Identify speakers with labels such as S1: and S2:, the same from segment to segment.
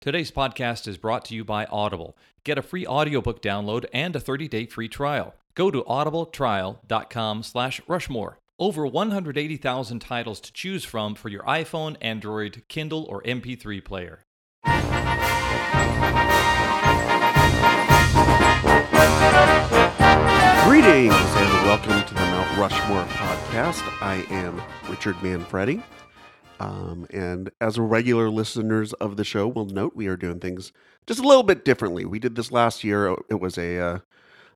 S1: Today's podcast is brought to you by Audible. Get a free audiobook download and a 30-day free trial. Go to audibletrial.com slash rushmore. Over 180,000 titles to choose from for your iPhone, Android, Kindle, or MP3 player.
S2: Greetings and welcome to the Mount Rushmore podcast. I am Richard Manfredi. Um, and as regular listeners of the show will note, we are doing things just a little bit differently. We did this last year. It was a, uh,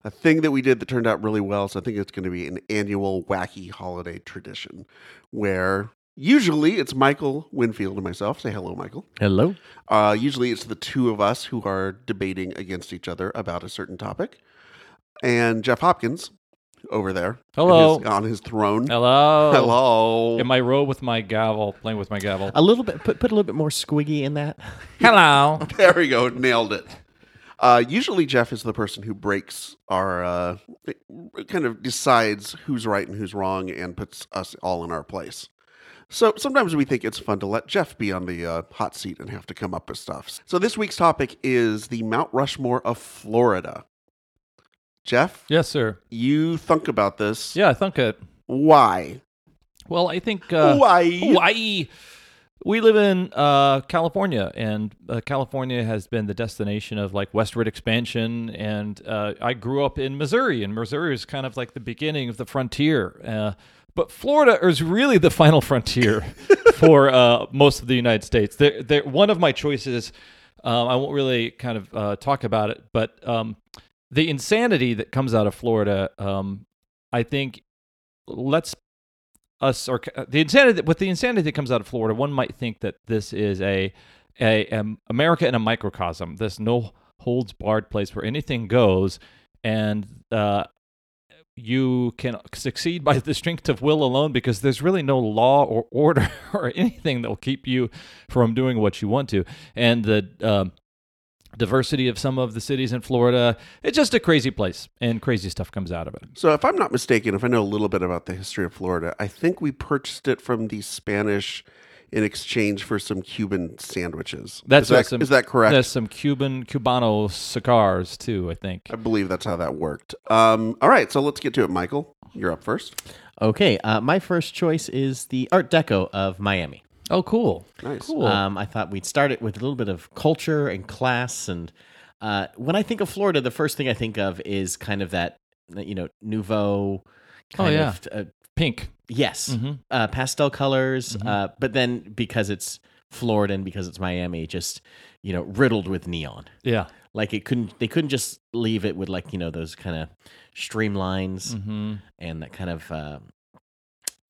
S2: a thing that we did that turned out really well. So I think it's going to be an annual wacky holiday tradition where usually it's Michael Winfield and myself. Say hello, Michael.
S3: Hello.
S2: Uh, usually it's the two of us who are debating against each other about a certain topic. And Jeff Hopkins over there.
S1: Hello.
S2: in his- on his throne.
S1: Hello.
S2: Hello.
S1: In my row with my gavel, playing with my gavel.
S3: A little bit. Put, put a little bit more squiggy in that.
S1: Hello.
S2: There we go. Nailed it. Uh, usually Jeff is the person who breaks our, uh, kind of decides who's right and who's wrong and puts us all in our place. So sometimes we think it's fun to let Jeff be on the uh, hot seat and have to come up with stuff. So this week's topic is the Mount Rushmore of Florida. Jeff,
S1: Yes, sir.
S2: you think about this.
S1: Yeah, I think it.
S2: Why?
S1: Well, I think... Uh,
S2: Why?
S1: Hawaii. We live in uh, California, and uh, California has been the destination of like westward expansion. And uh, I grew up in Missouri, and Missouri is kind of like the beginning of the frontier. Uh, but Florida is really the final frontier for uh, most of the United States. There, there. One of my choices, um, I won't really kind of uh, talk about it, but um, the insanity that comes out of Florida, um, I think, lets us or uh, the insanity with the insanity that comes out of Florida, one might think that this is a a um, America in a microcosm. This no holds barred place where anything goes, and uh, you can succeed by the strength of will alone because there's really no law or order or anything that will keep you from doing what you want to. And the um, diversity of some of the cities in Florida, it's just a crazy place, and crazy stuff comes out of it.
S2: So, if I'm not mistaken, if I know a little bit about the history of Florida, I think we purchased it from the Spanish in exchange for some Cuban sandwiches.
S1: That's
S2: is that,
S1: right, some-
S2: is that correct?
S1: There's some Cuban Cubano cigars too, I think.
S2: I believe that's how that worked. Um, all right, so let's get to it, Michael. You're up first.
S3: Okay. Uh, my first choice is the Art Deco of Miami.
S1: Oh, cool.
S2: Nice.
S1: Cool.
S3: Um, I thought we'd start it with a little bit of culture and class. And uh, when I think of Florida, the first thing I think of is kind of that, you know, nouveau. Kind
S1: yeah.
S3: Of, uh,
S1: Pink.
S3: yes.
S1: Mhm.
S3: Uh, pastel colors. Uh, but then because it's Florida and because it's Miami, just you know, riddled with neon.
S1: Yeah.
S3: Like it couldn't. They couldn't just leave it with like you know those kind of streamlines.
S1: Mm-hmm.
S3: and that kind of uh,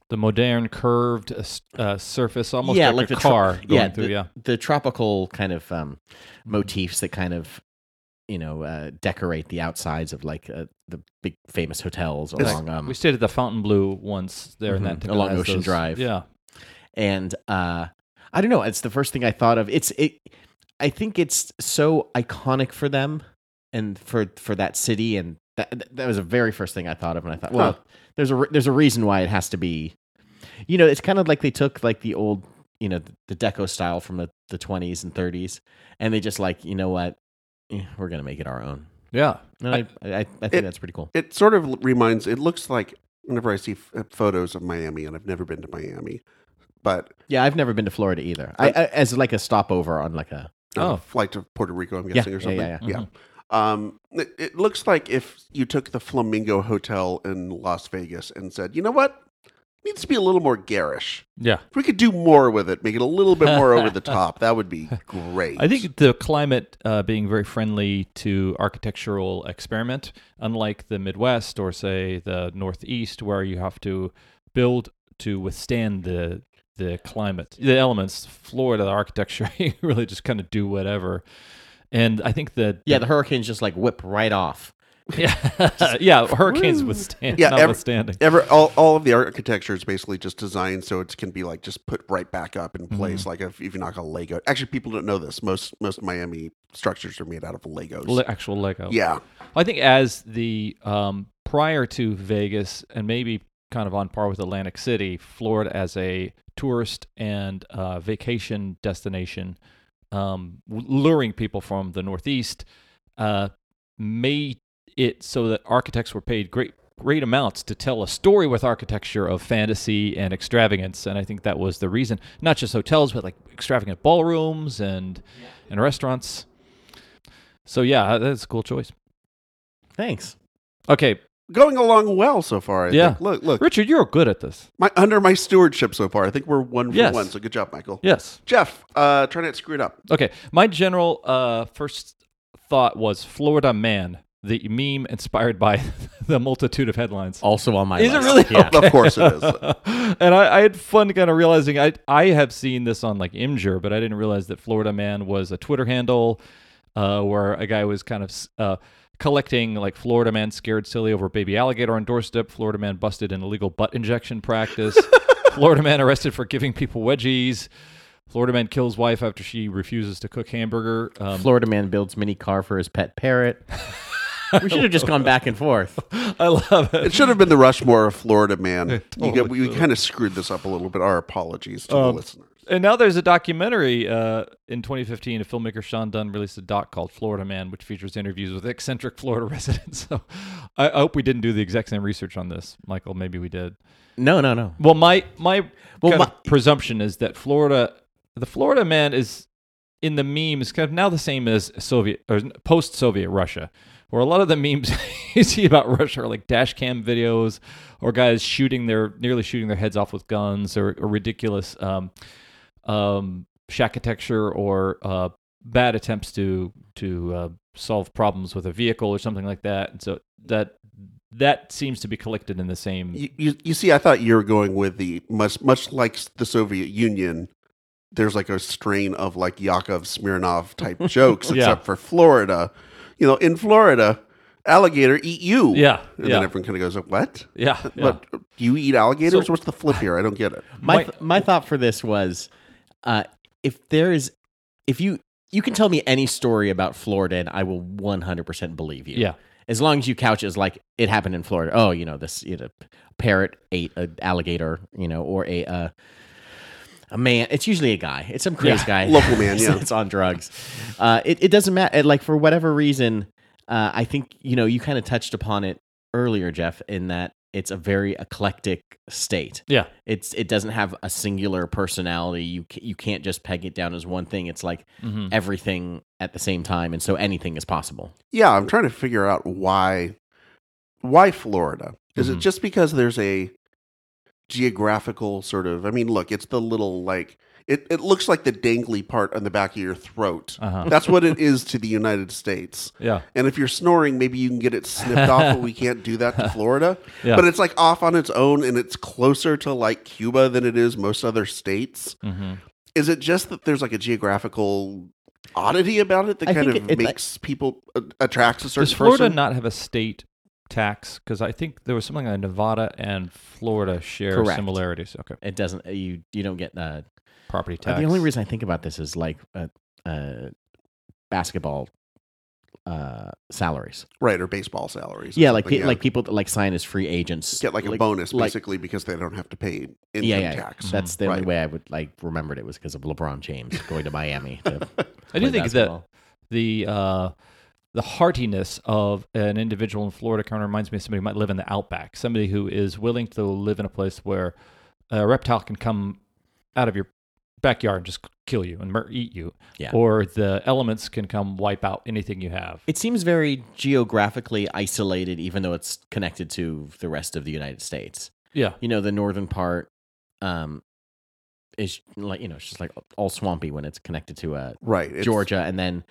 S1: The modern curved uh, s- uh, surface, almost
S3: yeah,
S1: like,
S3: like,
S1: a
S3: the tro-
S1: car going
S3: yeah,
S1: through.
S3: the,
S1: yeah.
S3: the tropical kind of um, motifs that kind of you know uh, decorate the outsides of like uh, the big famous hotels
S2: It's-
S3: along um,
S1: we stayed at the Fountain Blue once there in
S3: Mhm.
S2: mm-hmm.
S1: that
S3: Along
S1: has
S3: Ocean
S1: those-
S3: Drive.
S1: Yeah.
S3: and uh, I don't know. It's the first thing I thought of. It's it. I think it's so iconic for them and for for that city and. That, that was the very first thing I thought of, and I thought, well,
S2: Huh.
S3: there's a re- there's a reason why it has to be, you know, it's kind of like they took like the old, you know, the, deco style from the the 20s and 30s, and they just like, you know what, Eh, we're gonna make it our own.
S1: Yeah.
S3: And I I, I, think
S2: it-
S3: that's pretty cool.
S2: It sort of l- reminds. It looks like whenever I see f- uh, photos of Miami, and I've never been to Miami, but
S3: Yeah, I've never been to Florida either. I, I as like a stopover on like a
S2: on a
S1: Oh.
S2: flight to Puerto Rico, I'm
S3: Yeah,
S2: guessing,
S3: yeah,
S2: or something.
S3: yeah,
S1: yeah. Mm-hmm.
S2: Um, it, it looks like if you took the Flamingo Hotel in Las Vegas and said, you know what, needs to be a little more garish.
S1: Yeah.
S2: If we could do more with it, make it a little bit more over the top, that would be great.
S1: I think the climate uh, being very friendly to architectural experiment, unlike the Midwest or say the Northeast, where you have to build to withstand the the climate, the elements. Florida, the architecture, you really just kind of do whatever. And I think that
S3: yeah, the hurricanes just like whip right off.
S1: yeah, yeah, hurricanes withstand,
S2: Yeah, every-
S1: notwithstanding.
S2: Ever all, all of the architecture is basically just designed so it can be like just put right back up in place,
S1: Mm-hmm.
S2: like if, if you knock a Lego. Actually, people don't know this. Most most Miami structures are made out of Legos.
S1: Le- actual Lego.
S2: yeah,
S1: I think as the um, prior to Vegas and maybe kind of on par with Atlantic City, Florida as a tourist and uh, vacation destination um, w- luring people from the Northeast, uh, made it so that architects were paid great great amounts to tell a story with architecture of fantasy and extravagance and i think that was the reason not just hotels but like extravagant ballrooms and and restaurants so yeah that's a cool choice
S3: Thanks.
S1: okay
S2: Going along well so far. I
S1: Yeah.
S2: Think. Look, look.
S1: richard you're good at this
S2: My under my stewardship so far. I think we're one for
S1: Yes.
S2: one. So good job, Michael.
S1: yes
S2: Jeff, uh, try not to screw it up.
S1: Okay, my general uh, first thought was Florida Man, the meme inspired by the multitude of headlines.
S3: Also on my
S1: Is it
S3: list.
S1: really? Oh,
S3: Yeah.
S2: Of course it is.
S1: and I, I had fun kind of realizing I I have seen this on like Imgur, but I didn't realize that Florida Man was a Twitter handle uh, where a guy was kind of uh, collecting like Florida Man scared silly over baby alligator on doorstep, Florida Man busted in illegal butt injection practice, Florida Man arrested for giving people wedgies. Florida man kills wife after she refuses to cook hamburger. Um,
S3: Florida man builds mini car for his pet parrot. we should have just gone back and forth.
S1: I love it.
S2: It should have been the Rushmore of Florida Man. You get-
S1: totally Um,
S2: we kind of screwed this up a little bit. Our apologies to the listeners.
S1: And now there's a documentary uh, in 2015. A filmmaker Sean Dunn released a doc called Florida Man, which features interviews with eccentric Florida residents. So I, I hope we didn't do the exact same research on this, Michael. Maybe we did.
S3: No, no, no.
S1: Well, my my,
S3: Well,
S1: kind of
S3: my-
S1: presumption is that Florida, the Florida Man is in the memes kind of now the same as Soviet or post-Soviet Russia, where a lot of the memes you see about Russia are like dash cam videos or guys shooting their nearly shooting their heads off with guns or, or ridiculous um, um, shackitecture or uh, bad attempts to to uh, solve problems with a vehicle or something like that. And so that that seems to be collected in the same.
S2: You, you, you see, I thought you were going with the much much like the Soviet Union. There's like a strain of like Yakov Smirnov type jokes,
S1: Yeah.
S2: except for Florida. You know, in Florida, alligator eat you.
S1: Yeah,
S2: and
S1: yeah.
S2: then everyone kind of goes, "What?
S1: Yeah, yeah.
S2: What? You eat alligators?
S1: So-
S2: What's the flip here? I don't get it."
S3: my
S1: Mike-
S3: th- my thought for this was uh, if there is if you you can tell me any story about Florida and I will 100% believe you.
S1: Yeah.
S3: As long as you couch it as like it happened in Florida. Oh, you know, this you know, parrot ate an alligator, you know, or a uh, a man. It's usually a guy. It's some crazy
S1: Yeah.
S3: guy.
S2: Local man, yeah.
S3: it's on drugs. Uh, it, it doesn't matter. Like, for whatever reason, uh, I think, you know, you kind of touched upon it earlier, Jeff, in that it's a very eclectic state
S1: Yeah.
S3: it's it doesn't have a singular personality you ca- you can't just peg it down as one thing it's like
S1: Mhm.
S3: everything at the same time and so anything is possible
S2: yeah i'm trying to figure out why why florida is
S1: Mhm.
S2: it just because there's a geographical sort of i mean look it's the little like it, it looks like the dangly part on the back of your throat
S1: Uh-huh.
S2: that's what it is to the united states
S1: Yeah.
S2: and if you're snoring maybe you can get it snipped off but we can't do that to florida
S1: Yeah.
S2: but it's like off on its own and it's closer to like cuba than it is most other states
S1: Mm-hmm.
S2: is it just that there's like a geographical oddity about it that
S3: I
S2: kind
S3: think
S2: of
S3: it- it-
S2: makes people uh, attracts a certain
S1: Does Florida
S2: person?
S1: not have a state tax? Because I think there was something like Nevada and Florida share
S3: Correct.
S1: similarities. Okay.
S3: it doesn't you you don't get uh,
S1: Property tax.
S3: the only reason i think about this is like uh, uh basketball uh salaries
S2: right or baseball salaries. or
S3: yeah like
S2: something,
S3: pe- like people that like sign as free agents
S2: get like a bonus
S3: like-
S2: basically because they don't have to pay income
S3: yeah, yeah,
S2: tax. Mm-hmm.
S3: that's the only
S2: Right.
S3: way I would like remembered it was because of LeBron James going to Miami. To
S1: I do
S3: play
S1: think
S3: basketball.
S1: that the uh, the heartiness of an individual in Florida kind of reminds me of somebody who might live in the outback, somebody who is willing to live in a place where a reptile can come out of your backyard and just kill you and mur- eat you,
S3: Yeah.
S1: or the elements can come wipe out anything you have.
S3: It seems very geographically isolated, even though it's connected to the rest of the United States.
S1: yeah.
S3: You know, the northern part um, is like you know, it's just like all swampy when it's connected to uh,
S2: Right. It's-
S3: Georgia, and then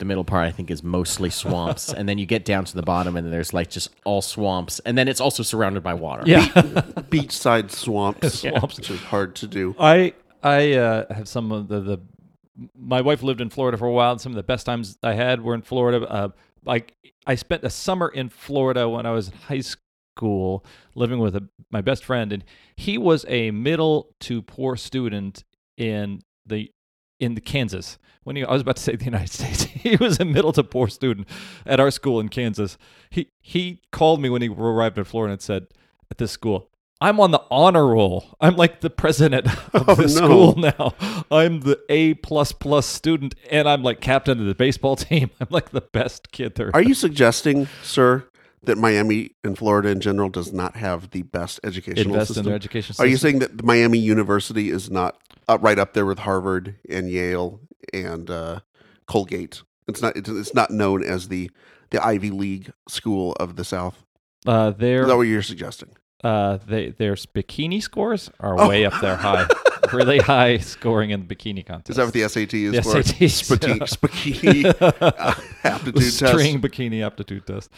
S3: the middle part I think is mostly swamps, and then you get down to the bottom, and there's like just all swamps, and then it's also surrounded by water.
S1: Yeah.
S2: beachside swamps,
S1: Swamps.
S2: which is hard to do.
S1: I I uh, have some of the, the my wife lived in Florida for a while, and some of the best times I had were in Florida. Uh, like I spent a summer in Florida when I was in high school, living with a, my best friend, and he was a middle to poor student in the in Kansas. When he, I was about to say the United States, he was a middle to poor student at our school in Kansas. He he called me when he arrived in Florida and said, "At this school, I'm on the honor roll. I'm like the president of
S2: Oh,
S1: the
S2: no.
S1: school now. I'm the A plus plus student, and I'm like captain of the baseball team. I'm like the best kid there.
S2: Are you suggesting, sir, that Miami and Florida in general does not have the best educational
S1: invest in
S2: system?
S1: their education? System?
S2: Are you saying that Miami University is not uh, right up there with Harvard and Yale and uh, Colgate? It's not. It's, it's not known as the the Ivy League school of the South.
S1: uh,
S2: Is
S1: they're
S2: that what you're suggesting?
S1: uh, they, their bikini scores are
S2: Oh.
S1: way up there high, really high scoring in the bikini contest.
S2: Is that what the SAT is
S1: The
S2: for?
S1: SATs,
S2: Spati-
S1: yeah.
S2: spati- uh, aptitude test.
S1: string bikini aptitude test?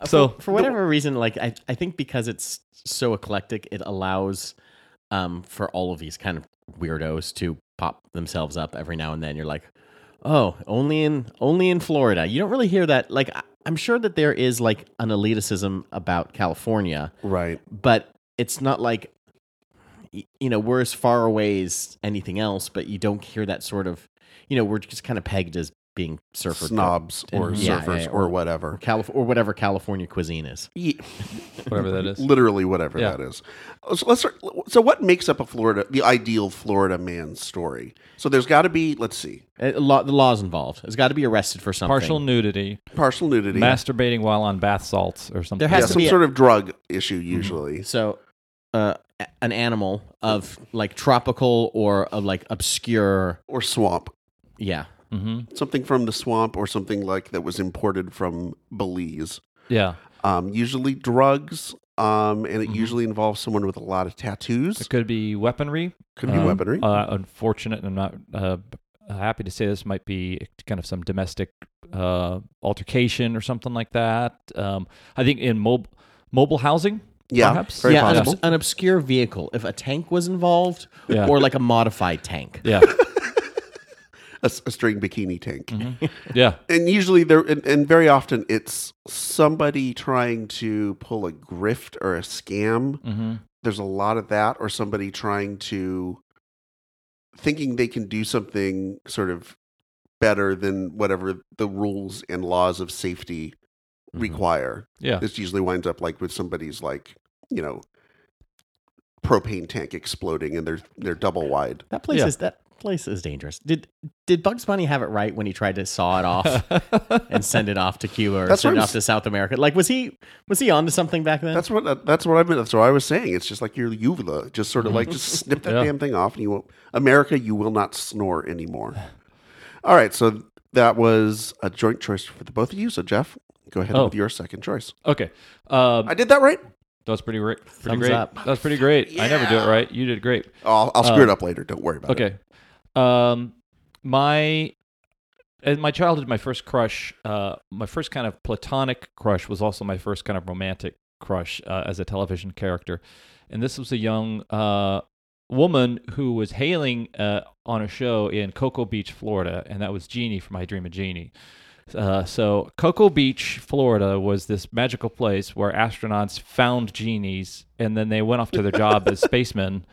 S3: Uh,
S1: So-
S3: for, for whatever reason, like I, I think because it's so eclectic, it allows um for all of these kind of weirdos to pop themselves up every now and then. You're like, oh, only in only in Florida. You don't really hear that. Like I, I'm sure that there is like an elitism about California,
S2: Right.
S3: but it's not like y- you know we're as far away as anything else. But you don't hear that sort of you know we're just kind of pegged as being surfer
S2: Snobs or
S3: Mhm. Yeah,
S2: surfers
S3: yeah,
S2: or
S3: or-
S2: whatever.
S3: Calif- or whatever California cuisine is.
S1: Whatever that is.
S2: Literally, whatever
S1: Yeah.
S2: that is. So let's. Start, so what makes up a Florida, the ideal Florida man story? So there's got to be. Let's see.
S3: Uh, law, the law's involved. It's got to be arrested for something.
S1: Partial nudity,
S2: Partial nudity.
S1: masturbating while on bath salts, or something.
S3: There has
S2: yeah,
S3: to
S2: some
S3: be a- Mm-hmm.
S2: sort of drug issue usually.
S3: So, uh, a- an animal of like tropical or of like obscure.
S2: Or swamp.
S3: Yeah.
S1: hmm
S2: Something from the swamp or something like that was imported from Belize.
S1: Yeah,
S2: Um, usually drugs. Um, and it
S3: Mm-hmm.
S1: Mhm.
S2: usually involves someone with a lot of tattoos.
S1: it could be weaponry.
S2: Could be
S1: Um,
S2: weaponry.
S1: Uh, unfortunate, and I'm not uh, happy to say this might be kind of some domestic uh, altercation or something like that. Um, I think in mob- mobile housing,
S2: yeah.
S1: perhaps?
S2: Very
S3: yeah. An,
S2: possible.
S3: obs- an obscure vehicle. If a tank was involved
S1: Yeah.
S3: or like a modified tank.
S1: yeah,
S2: a, s- a string bikini tank.
S3: Mm-hmm.
S1: Mm-hmm. yeah,
S2: And usually there, and, and very often it's somebody trying to pull a grift or a scam.
S1: hmm
S2: There's a lot of that, or somebody trying to thinking they can do something sort of better than whatever the rules and laws of safety
S3: Mhm.
S2: require.
S1: yeah.
S2: This usually winds up like with somebody's like, you know, propane tank exploding and they're they're double wide.
S3: That place
S1: Yeah.
S3: is that place is dangerous. Did did Bugs Bunny have it right when he tried to saw it off and send it off to Cuba or
S2: That's what
S3: send it
S2: I'm
S3: off to South America? Like, was he was he onto something back then?
S2: That's what that's what I meant. That's what I was saying. It's just like your uvula, just sort of like just snip that
S1: Mm-hmm. Yeah.
S2: damn thing off, and you won't. America, you will not snore anymore. All right, so that was a joint choice for the both of you. So Jeff, go ahead
S1: Oh.
S2: with your second choice.
S1: okay. Um,
S2: I did that right.
S1: that was pretty, re- pretty
S3: Thumbs
S1: great.
S3: up.
S1: That was pretty great. I never do it right. You did great.
S2: I'll, I'll screw it up later. Don't worry about it.
S1: Uh, Okay. Um, my in my childhood, my first crush, uh, my first kind of platonic crush was also my first kind of romantic crush uh, as a television character, and this was a young uh, woman who was hailing uh, on a show in Cocoa Beach, Florida, and that was Jeannie from I Dream of Jeannie. Uh, so Cocoa Beach, Florida, was this magical place where astronauts found genies, and then they went off to their job as spacemen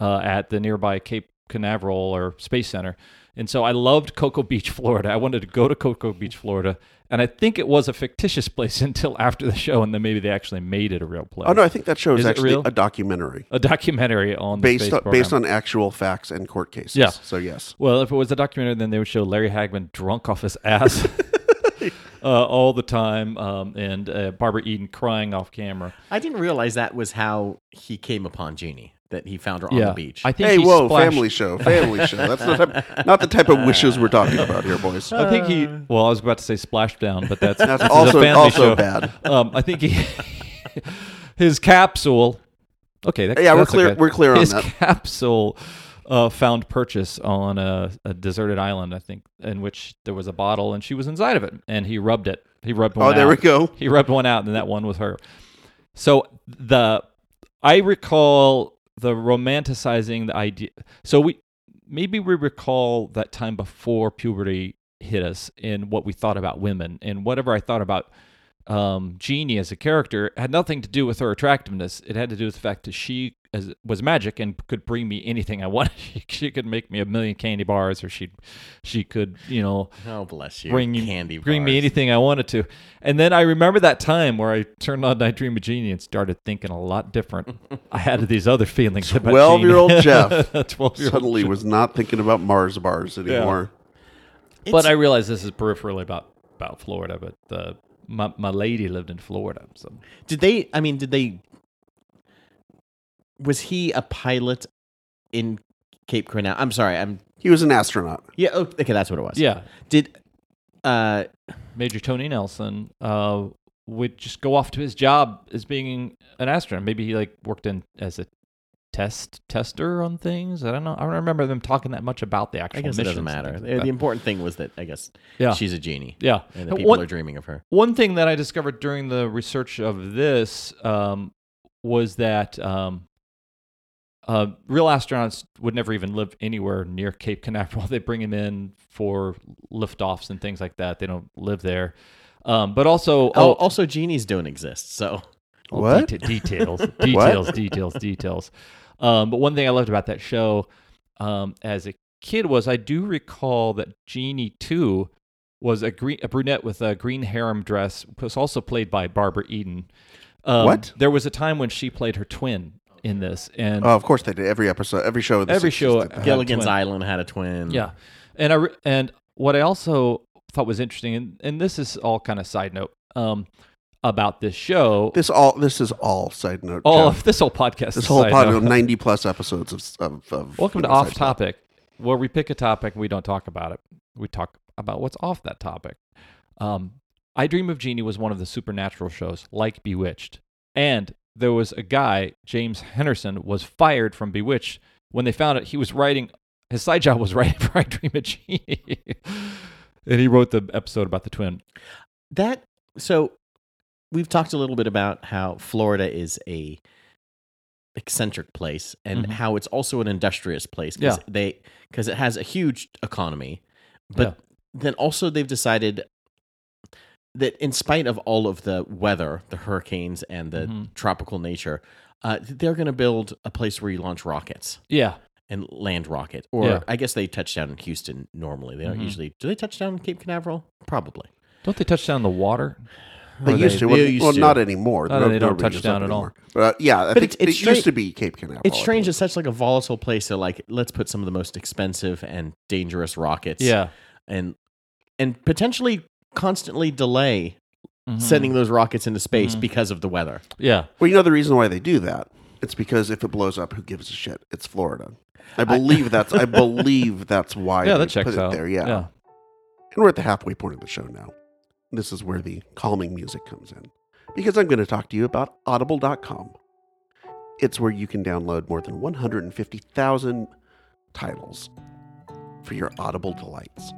S1: uh, at the nearby Cape Canaveral or Space Center. And so I loved Cocoa Beach, Florida. I wanted to go to Cocoa Beach, Florida, and I think it was a fictitious place until after the show, and then maybe they actually made it a real place.
S2: Oh no, I think that show is,
S1: Is it
S2: actually
S1: real?
S2: a documentary
S1: a documentary on the
S2: based
S1: space
S2: on,
S1: program.
S2: based on actual facts and court cases.
S1: Yeah.
S2: So yes,
S1: Well, if it was a documentary, then they would show Larry Hagman drunk off his ass uh, all the time, um, and uh, Barbara Eden crying off camera.
S3: I didn't realize that was how he came upon Jeannie. That he found her on the beach.
S1: I think
S2: hey,
S1: he
S2: whoa,
S1: splashed-
S2: family show, family show. That's not not the type of wishes we're talking about here, boys.
S1: I think he. Well, I was about to say splashdown, but that's,
S2: Uh. That's
S1: this is a
S2: also
S1: family
S2: also
S1: show.
S2: bad.
S1: Um, I think he his capsule. Okay, that,
S2: Yeah, we're
S1: that's
S2: clear-
S1: okay.
S2: we're clear on
S1: his
S2: that.
S1: capsule uh, found purchase on a, a deserted island, I think, in which there was a bottle, and she was inside of it, and he rubbed it. He rubbed one.
S2: Oh, there
S1: out.
S2: we go.
S1: He rubbed one out, and that one was her. So the I recall the romanticizing the idea. So we maybe we recall that time before puberty hit us and what we thought about women and whatever I thought about um, Jeannie as a character had nothing to do with her attractiveness. It had to do with the fact that she as, was magic and could bring me anything I wanted. She, she could make me a million candy bars, or she she could you know
S3: Oh, bless you.
S1: bring
S3: candy.
S1: bring me
S3: bars.
S1: anything I wanted to. And then I remember that time where I turned on I Dream of Genie and started thinking a lot different. I had these other feelings. about Genie.
S2: 12-year-old Jeff
S1: Twelve year old
S2: Suddenly was not thinking about Mars bars anymore.
S1: But I realize this is peripherally about about Florida, but uh, my my lady lived in Florida, so
S3: Did they? I mean, did they? Was he a pilot in Cape Canaveral? I'm sorry. I'm
S2: He was an astronaut.
S3: yeah. Oh, okay, that's what it was.
S1: yeah.
S3: Did uh
S1: Major Tony Nelson uh, would just go off to his job as being an astronaut. Maybe he like worked in as a test tester on things. I don't know. I don't remember them talking that much about the actual
S3: I guess it
S1: missions
S3: doesn't
S1: and
S3: matter.
S1: things
S3: The,
S1: like
S3: the
S1: that.
S3: important thing was that I guess
S1: yeah,
S3: she's a genie
S1: yeah.
S3: and the
S1: And
S3: people
S1: one-
S3: are dreaming of her.
S1: One thing that I discovered during the research of this um, was that um, uh, real astronauts would never even live anywhere near Cape Canaveral. They bring them in for liftoffs and things like that. They don't live there. Um, but also,
S3: Oh, also genies don't exist. So
S1: all
S2: What?
S1: deta- details, details, details, details. Um, but one thing I loved about that show um, as a kid was I do recall that Jeannie too was a green, a brunette with a green harem dress, was also played by Barbara Eden. Um,
S2: What?
S1: There was a time when she played her twin in this, and
S2: Oh, of course they did. Every episode, every show. Of the
S1: Every
S2: 60s
S1: show-
S2: did that.
S1: yeah.
S3: Gilligan's
S1: twin.
S3: Island had a twin.
S1: Yeah, and I re- and what I also thought was interesting, and, and this is all kind of side note um, about this show.
S2: This all. This is all side note.
S1: all
S2: Jeff.
S1: of this whole podcast,
S2: this
S1: is
S2: whole
S1: side
S2: pod
S1: note.
S2: of ninety plus episodes of. of, of
S1: Welcome to
S2: Side
S1: Off
S2: Note.
S1: Topic, where we pick a topic and we don't talk about it. We talk about what's off that topic. Um, I Dream of Jeannie was one of the supernatural shows, like Bewitched. And there was a guy, James Henderson, was fired from Bewitched when they found out he was writing, his side job was writing for I Dream of Jeannie. and he wrote the episode about the twin.
S3: That so we've talked a little bit about how Florida is a eccentric place and
S1: Mhm.
S3: how it's also an industrious place because
S1: Yeah.
S3: they because it has a huge economy. But then also they've decided that in spite of all of the weather, the hurricanes and the
S1: Mhm.
S3: tropical nature, uh, they're going to build a place where you launch rockets
S1: Yeah.
S3: and land rocket. Or
S1: Yeah.
S3: I guess they touch down in Houston normally. They don't
S1: Mhm.
S3: usually. Do they touch down in Cape Canaveral? Probably.
S1: Don't they touch down the water?
S2: They
S1: Or
S2: used
S1: they-
S2: to. Well,
S3: they used
S2: well,
S3: to.
S2: not anymore.
S1: No, they
S2: No-
S1: don't
S2: nobody
S1: touch
S2: does
S1: down
S2: that
S1: at all.
S2: anymore. But uh, yeah, I
S3: But
S2: think
S3: it's- it's
S2: it
S3: strange-
S2: used to be Cape Canaveral.
S3: It's
S2: I
S3: strange.
S2: believe.
S3: It's such like a volatile place. They're like, let's put some of the most expensive and dangerous rockets.
S1: Yeah.
S3: And and potentially constantly delay
S1: Mhm.
S3: sending those rockets into space
S1: Mhm.
S3: because of the weather.
S1: Yeah.
S2: Well, you know the reason why they do that. It's because if it blows up, who gives a shit? It's Florida. I believe that's. I believe that's why.
S1: Yeah,
S2: they
S1: that checks
S2: put
S1: out.
S2: It there, yeah. And we're at the halfway point of the show now. This is where the calming music comes in because I'm going to talk to you about audible.com. It's where you can download more than 150,000 titles for your Audible delights.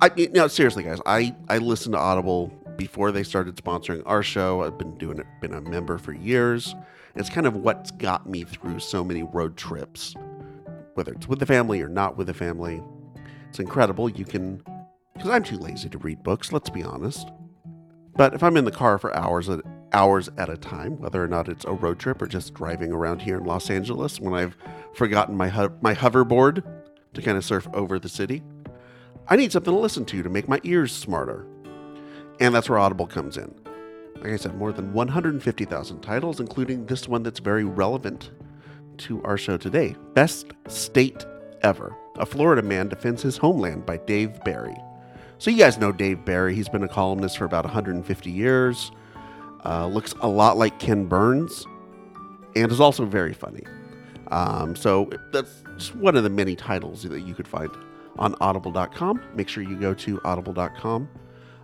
S2: I mean, no, seriously, guys, I, I listened to Audible before they started sponsoring our show. I've been doing it, been a member for years. It's kind of what's got me through so many road trips, whether it's with the family or not with the family. It's incredible. You can because I'm too lazy to read books, let's be honest. But if I'm in the car for hours at hours at a time, whether or not it's a road trip or just driving around here in Los Angeles when I've forgotten my ho- my hoverboard to kind of surf over the city, I need something to listen to to make my ears smarter. And that's where Audible comes in. Like I said, more than 150,000 titles, including this one that's very relevant to our show today Best State Ever. A Florida Man Defends His Homeland by Dave Barry. So you guys know Dave Barry. He's been a columnist for about 150 years. Uh, looks a lot like Ken Burns, and is also very funny. Um, so that's just one of the many titles that you could find on Audible.com. Make sure you go to Audible.com.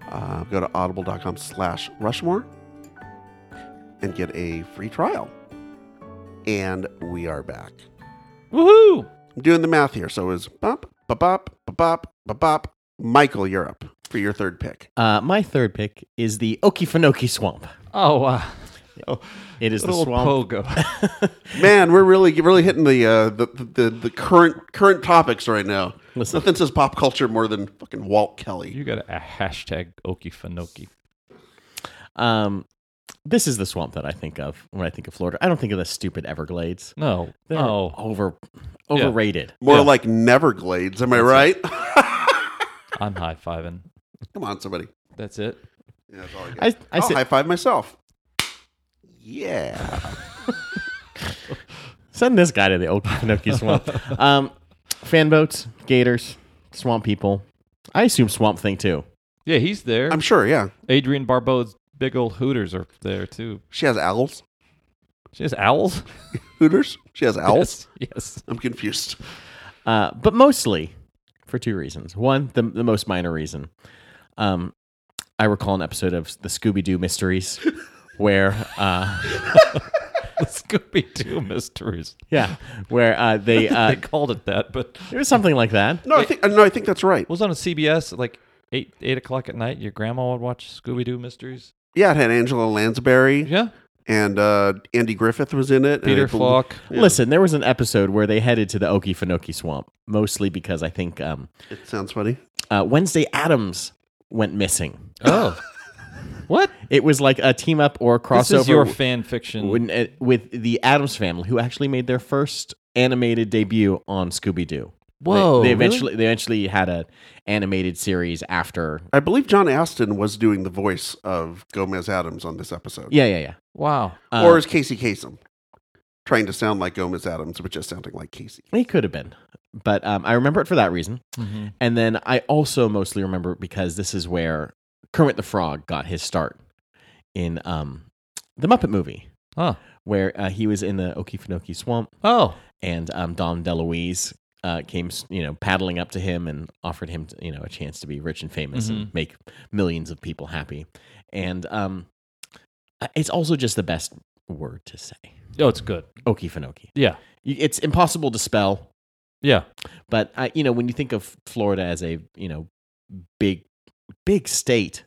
S2: Uh, go to Audible.com/slash Rushmore and get a free trial. And we are back.
S1: Woohoo!
S2: I'm doing the math here. So is bop, bop, bop, bop, bop, bop, bop. Michael, you're up for your third pick.
S3: Uh, my third pick is the Okefenokee Swamp.
S1: Oh, wow.
S3: It is the
S1: Little
S3: swamp
S1: pogo.
S2: Man, we're really really hitting the uh, the, the the current current topics right now.
S3: Listen.
S2: Nothing says pop culture more than fucking Walt Kelly.
S1: You got a hashtag Okefenokee.
S3: Um, this is the swamp that I think of when I think of Florida. I don't think of the stupid Everglades.
S1: No. Oh,
S3: They're
S1: No.
S3: over overrated.
S2: More
S1: Yeah.
S2: like Neverglades, am I
S3: That's
S2: right?
S1: I'm high fiving.
S2: Come on, somebody.
S1: That's it.
S2: Yeah, that's all I got.
S3: I I
S2: I'll
S3: said
S2: high five myself. Yeah.
S3: send this guy to the old Pinocchio swamp. um, fan boats, gators, swamp people. I assume swamp thing too.
S1: Yeah, he's there.
S2: I'm sure, yeah.
S1: Adrian Barbeau's big old hooters are there too.
S2: She has owls.
S1: She has owls.
S2: Hooters? She has owls?
S1: Yes. yes.
S2: I'm confused.
S3: Uh, but mostly for two reasons. One, the, the most minor reason. Um, I recall an episode of the Scooby Doo Mysteries where, uh,
S1: The Scooby Doo mysteries.
S3: yeah, where uh, they uh,
S1: they called it that, but
S3: it was something like that.
S2: No, I think no, I think that's right.
S1: was on CBS at like eight eight o'clock at night. Your grandma would watch Scooby Doo mysteries.
S2: Yeah, it had Angela Lansbury
S1: Yeah,
S2: and uh, Andy Griffith was in it. and
S1: Peter
S2: I believe-
S1: Falk.
S2: Yeah.
S3: Listen, there was an episode where they headed to the Okefenokee Swamp, mostly because I think um,
S2: It sounds funny.
S3: uh, Wednesday Adams went missing.
S1: Oh, what?
S3: It was like a team up or crossover.
S1: This is your fan fiction.
S3: when, uh, with the Adams family, who actually made their first animated debut on Scooby Doo.
S1: Whoa,
S3: They,
S1: really?
S3: they eventually they eventually had an animated series after.
S2: I believe John Aston was doing the voice of Gomez Adams on this episode.
S3: Yeah, yeah, yeah.
S1: Wow.
S3: Uh,
S2: or is Casey Kasem trying to sound like Gomez Adams, but just sounding like Casey?
S3: he could have been, but um, I remember it for that reason.
S1: Mhm.
S3: And then I also mostly remember it because this is where Kermit the Frog got his start in um, the Muppet movie,
S1: Huh.
S3: where uh, he was in the Okefenokee Swamp,
S1: Oh,
S3: and um, Dom DeLuise uh, came, you know, paddling up to him and offered him, you know, a chance to be rich and famous and make millions of people happy. And um, it's also just the best word to say,
S1: oh, it's good.
S3: Okefenokee.
S1: Yeah,
S3: You- It's impossible to spell,
S1: yeah.
S3: but I, you know, when you think of Florida as a, you know, big, big state,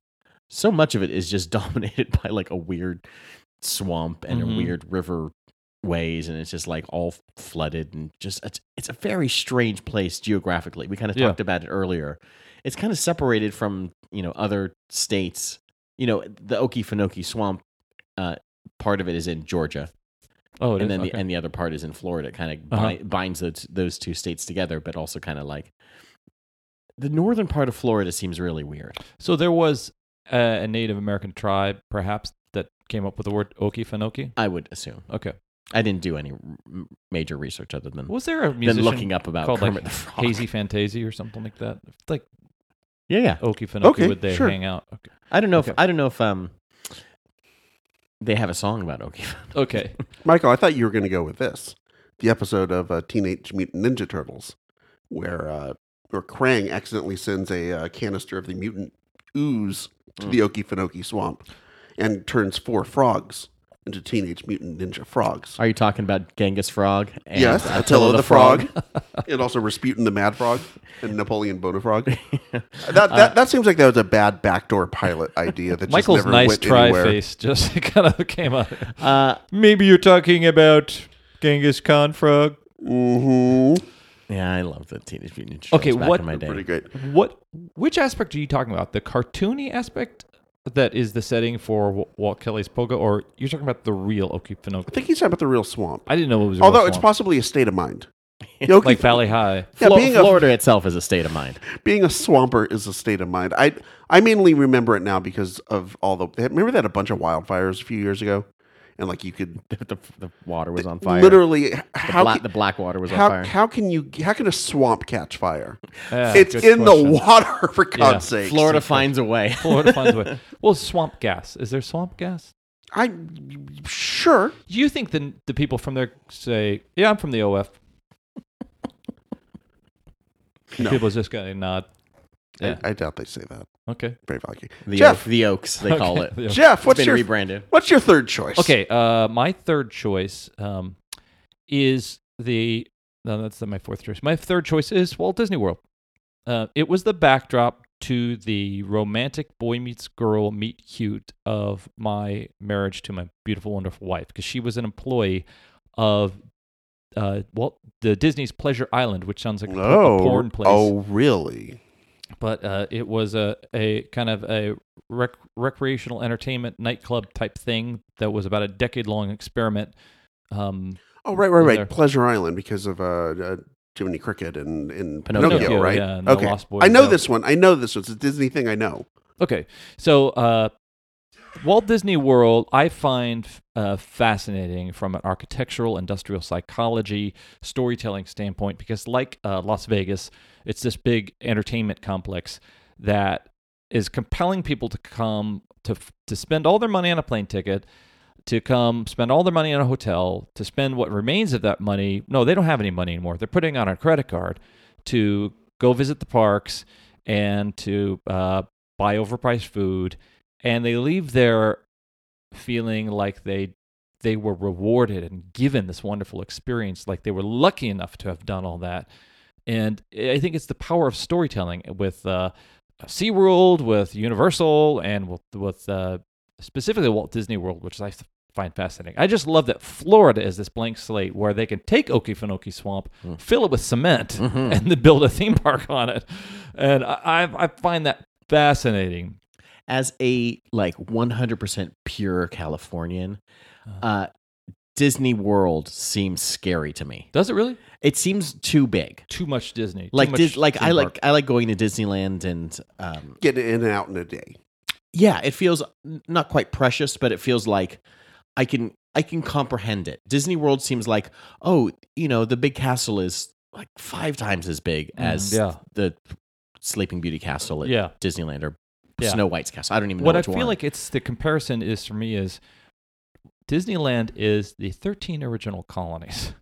S3: so much of it is just dominated by like a weird swamp and
S1: Mhm.
S3: a weird river ways, and it's just like all flooded and just it's, it's a very strange place geographically. We kind of
S1: Yeah.
S3: talked about it earlier. It's kind of separated from you know other states. You know, the Okefenokee swamp. Uh, part of it is in Georgia
S1: Oh, it
S3: and
S1: is?
S3: then the
S1: Okay.
S3: and the other part is in Florida. It kind of
S1: Uh-huh.
S3: binds those those two states together, but also kind of like the northern part of Florida seems really weird.
S1: so there was uh, a Native American tribe, perhaps, that came up with the word Okefenokee.
S3: I would assume.
S1: Okay.
S3: I didn't do any r- m- major research other than
S1: Was there a
S3: than
S1: musician
S3: looking up about
S1: called like
S3: Kermit the Frog.
S1: Hazy Fantasy or something like that? It's Like
S3: Yeah, yeah.
S1: Okefenokee,
S2: Okay,
S1: would they
S2: sure.
S1: hang out? Okay.
S3: I don't know
S1: Okay.
S3: if I don't know if um they have a song about Okefenokee.
S1: okay.
S2: Michael, I thought you were going to go with this the episode of uh, Teenage Mutant Ninja Turtles, where, uh, where Krang accidentally sends a uh, canister of the mutant ooze to the Okefenokee swamp and turns four frogs into Teenage Mutant Ninja Frogs.
S3: Are you talking about Genghis Frog? And uh,
S2: yes, Attila, the, Frog, and also Rasputin the Mad Frog and Napoleon Bonafrog. that, that that seems like that was a bad backdoor pilot idea that
S1: Michael's
S2: just never
S1: nice
S2: went
S1: try
S2: anywhere.
S1: face just kind of came out.
S3: Uh,
S1: Maybe you're talking about Genghis Khan frog.
S2: hmm
S3: yeah, I love the Teenage Mutant Ninja
S1: Okay,
S3: Turtles back
S1: what-
S3: in my day.
S2: Pretty great.
S1: What? Which aspect are you talking about? The cartoony aspect that is the setting for Wa- Walt Kelly's Pogo, or you're talking about the real
S2: I
S1: Okefenokee?
S2: think he's talking about the real swamp.
S1: I didn't know it was. a real
S2: Although it's
S1: swamp.
S2: possibly a state of mind. You know,
S1: like Valley High.
S2: yeah,
S3: Flo-
S2: being, a,
S3: Florida itself is a state of mind.
S2: being a swamper is a state of mind. I I mainly remember it now because of all the. Remember they had a bunch of wildfires a few years ago, and like you could
S3: the, the, the water was on fire.
S2: literally
S3: the,
S2: how
S3: bla-
S2: ca-
S3: the black water was
S2: how,
S3: on fire.
S2: how can you how can a swamp catch fire?
S1: Yeah,
S2: it's
S1: good
S2: in the
S1: question.
S2: water for God's sake.
S3: Florida finds a way.
S1: Florida finds a way. Well, swamp gas. Is there swamp gas?
S2: I sure.
S1: Do you think the the people from there say, "Yeah, I'm from the OF"?
S2: No.
S1: People just gonna nod.
S2: I-
S1: Yeah.
S2: I, doubt they say that
S1: Okay.
S2: very likely.
S3: The,
S2: Jeff,
S3: Oak- the Oaks, they call it.
S1: Okay.
S3: It's
S2: Jeff, what's
S3: been
S2: your
S3: rebranded.
S2: what's your third choice?
S1: Okay, uh, my third choice um, is the no, that's not my fourth choice. My third choice is Walt Disney World. Uh, it was the backdrop to the romantic boy meets girl meet cute of my marriage to my beautiful, wonderful wife because she was an employee of uh, Walt the Disney's Pleasure Island, which sounds like a, por- a
S2: Oh,
S1: porn place.
S2: oh, really?
S1: but uh, it was a, a kind of a rec- recreational entertainment nightclub type thing that was about a decade long experiment. Um,
S2: Oh, right, right, right.
S1: There.
S2: Pleasure Island because of uh, uh, Jiminy Cricket and, and
S3: Pinocchio.
S2: Pinocchio,
S1: Pinocchio,
S2: right?
S1: yeah, and the
S2: okay.
S1: Lost Boys,
S2: I know
S1: yeah.
S2: this one. I know this one. It's a Disney thing I know.
S1: Okay, so uh, Walt Disney World, I find uh, fascinating from an architectural, industrial psychology, storytelling standpoint, because like uh, Las Vegas, it's this big entertainment complex that is compelling people to come to to spend all their money on a plane ticket. To come spend all their money on a hotel, to spend what remains of that money. No, they don't have any money anymore. They're putting it on a credit card to go visit the parks and to uh, buy overpriced food and they leave there feeling like they they were rewarded and given this wonderful experience like they were lucky enough to have done all that and i think it's the power of storytelling with uh SeaWorld with Universal and with, with uh, specifically Walt Disney World which I find fascinating. I just love that Florida is this blank slate where they can take Okefenokee Swamp, fill it with cement
S3: Hmm.
S2: Mm-hmm.
S1: and then build a theme park on it. And I I I find that fascinating.
S3: as a like 100% pure Californian,
S2: Uh-huh.
S3: uh, Disney World seems scary to me.
S1: Does it really?
S3: It seems too big.
S1: Too much Disney. Too
S3: Like
S1: much
S3: Dis- like
S1: theme
S3: I
S1: park.
S3: like I like going to Disneyland and um,
S2: Get it in and out in a day.
S3: yeah, it feels n- not quite precious, but it feels like I can I can comprehend it. Disney World seems like oh you know the big castle is like five times as big
S1: Mm,
S3: as
S1: yeah.
S3: the Sleeping Beauty castle at
S1: Yeah.
S3: Disneyland or
S1: Yeah.
S3: Snow White's castle. I don't even
S1: what
S3: know
S1: I
S3: which
S1: feel
S3: one.
S1: like it's the comparison is for me is Disneyland is the 13 original colonies.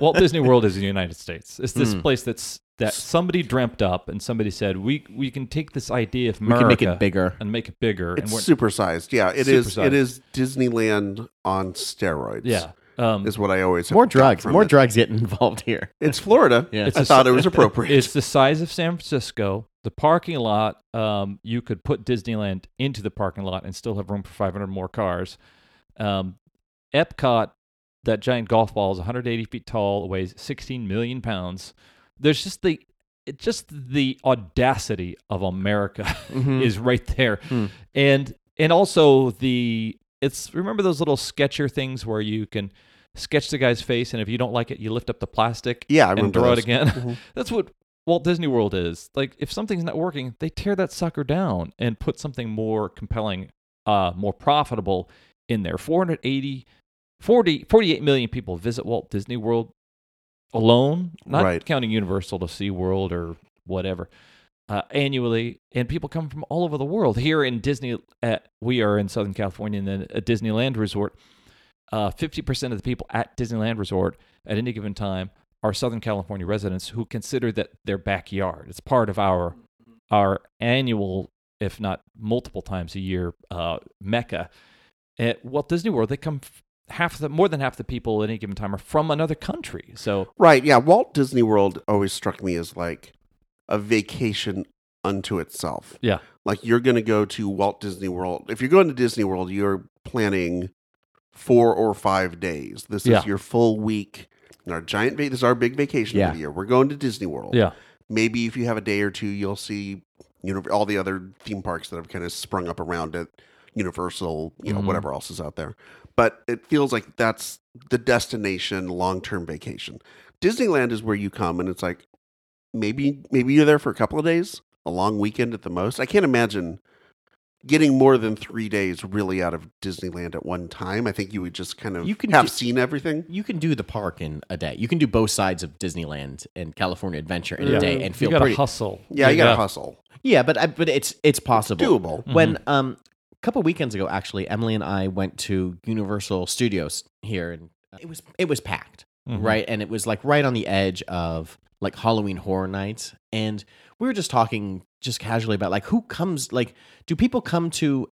S1: Walt Disney World is the United States. It's this
S3: Hmm.
S1: place that's that somebody dreamt up and somebody said we we can take this idea of
S3: we
S1: America
S3: can make it bigger.
S1: and make it bigger and
S2: It's
S1: we're
S2: supersized. Yeah, it is.
S1: Supersized.
S2: It is Disneyland on steroids.
S1: yeah um,
S2: is what I always have
S3: More
S2: got
S3: drugs.
S2: from
S3: More
S2: it.
S3: drugs getting involved here.
S2: It's Florida.
S3: Yeah.
S1: It's
S2: I
S1: a-
S2: thought it was appropriate.
S1: It's the size of San Francisco. The parking lot, um, you could put Disneyland into the parking lot and still have room for 500 more cars. Um, Epcot, that giant golf ball is 180 feet tall, weighs 16 million pounds. There's just the it, just the audacity of America
S3: Hmm.
S1: is right there, and and also the it's remember those little sketcher things where you can sketch the guy's face, and if you don't like it, you lift up the plastic
S2: yeah, I
S1: and
S2: remember
S1: draw it
S2: those.
S1: again.
S2: Mhm.
S1: That's what Walt Disney World is. Like, if something's not working, they tear that sucker down and put something more compelling, uh, more profitable in there. 480, 40, 48 million people visit Walt Disney World alone, not
S2: Right.
S1: counting Universal to SeaWorld or whatever. Uh, annually, and people come from all over the world. Here in Disney, uh we are in Southern California, in the- a Disneyland resort. Uh, Fifty percent of the people at Disneyland Resort at any given time are Southern California residents who consider that their backyard. It's part of our our annual, if not multiple times a year, uh, mecca. Eh, At Walt Disney World, they come f- half the more than half the people at any given time are from another country. So
S2: Right. Yeah. Walt Disney World always struck me as like a vacation unto itself.
S1: Yeah.
S2: Like you're going to go to Walt Disney World. If you're going to Disney World, you're planning four or five days. This
S1: Yeah.
S2: is your full week. And Our giant va- this is our big vacation
S3: Yeah.
S2: of the year. We're going to Disney World.
S1: yeah,
S2: Maybe if you have a day or two, you'll see you know all the other theme parks that have kind of sprung up around it. Universal, you
S3: Mm-hmm.
S2: know,
S1: Mhm.
S2: whatever else is out there. But it feels like that's the destination long term vacation. Disneyland is where you come and it's like maybe maybe you're there for a couple of days, a long weekend at the most. I can't imagine getting more than three days really out of Disneyland at one time. I think you would just kind of
S3: You can
S2: have
S3: do-
S2: seen everything.
S3: You can do the park in a day. You can do both sides of Disneyland and California Adventure in
S1: Yeah.
S3: a day and
S1: you
S3: feel
S1: got to
S3: pretty.
S1: hustle.
S2: Yeah, you gotta
S1: Yeah.
S2: hustle.
S3: yeah, but I, but it's it's possible.
S2: Doable.
S3: When um a couple weekends ago actually, Emily and I went to Universal Studios here and uh, it was it was packed,
S1: Mhm.
S3: right? And it was like right on the edge of like Halloween horror nights and we were just talking just casually about like who comes like do people come to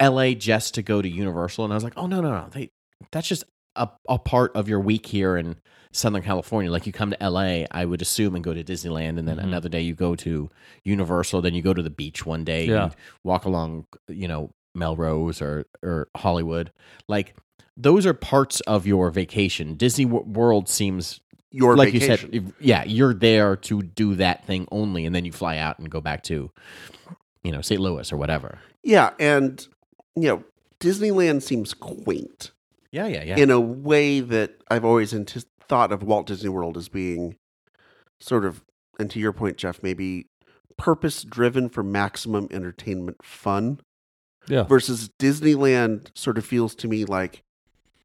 S3: LA just to go to Universal? And I was like, oh no, no, no. They that's just a, a part of your week here in Southern California. Like you come to LA, I would assume, and go to Disneyland, and then
S1: Mhm.
S3: another day you go to Universal, then you go to the beach one day,
S1: Yeah.
S3: and walk along, you know, Melrose or or Hollywood. Like those are parts of your vacation. Disney Wo- World seems
S2: your
S3: like
S2: vacation.
S3: you said, if- yeah, you're there to do that thing only, and then you fly out and go back to, you know, St. Louis or whatever.
S2: yeah, and you know, Disneyland seems quaint
S3: Yeah, yeah, yeah.
S2: in a way that I've always antis thought of Walt Disney World as being sort of, and to your point, Jeff, maybe purpose driven for maximum entertainment fun.
S1: Yeah.
S2: Versus Disneyland sort of feels to me like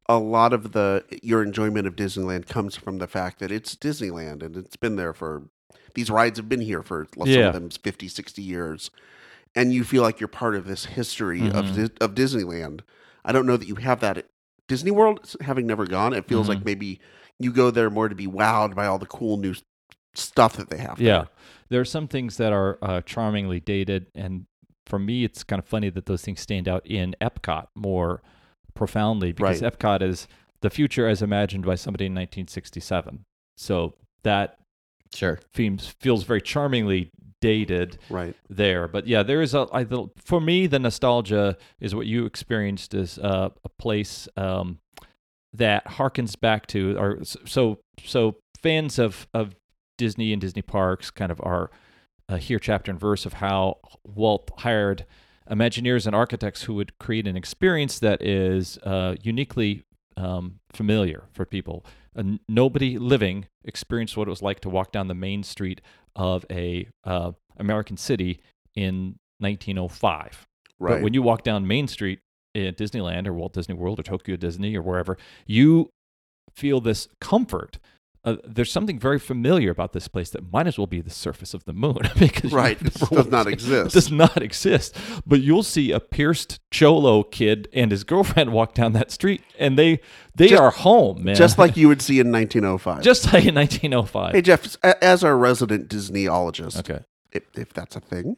S2: a lot of the your enjoyment of Disneyland comes from the fact that it's Disneyland and it's been there for these rides have been here for well, some
S1: Yeah.
S2: of them 50 60 years and you feel like you're part of this history of
S1: Mhm.
S2: Dis- of Disneyland. I don't know that you have that at Disney World s- having never gone. It feels
S1: Mm-hmm.
S2: like maybe you go there more to be wowed by all the cool new s- stuff that they have.
S1: Yeah. There are some things that are uh, charmingly dated. And for me, it's kind of funny that those things stand out in Epcot more profoundly because
S2: Right.
S1: Epcot is the future as imagined by somebody in 1967. So that
S3: sure.
S1: feels, feels very charmingly dated
S2: there. Right.
S1: there. But yeah, there is a I, the- for me the nostalgia is what you experienced is uh, a place um, that harkens back to or s- so so fans of of Disney and Disney parks kind of are uh, here chapter and verse of how Walt hired Imagineers and architects who would create an experience that is uh, uniquely um, familiar for people. And nobody living experienced what it was like to walk down the main street of a uh, American city in 1905.
S2: Right.
S1: But when you walk down Main Street at Disneyland or Walt Disney World or Tokyo Disney or wherever, you feel this comfort. Uh, there's something very familiar about this place that might as well be the surface of the moon because you
S2: right. It
S1: never
S2: does not
S1: walked-
S2: exist.
S1: does not exist. But you'll see a pierced cholo kid and his girlfriend walk down that street, and they they
S2: Just-
S1: are home, man.
S2: Just like you would see in 1905.
S1: just like in 1905.
S2: hey, Jeff, s- a- as our resident Disneyologist,
S1: okay.
S2: if, if that's a thing.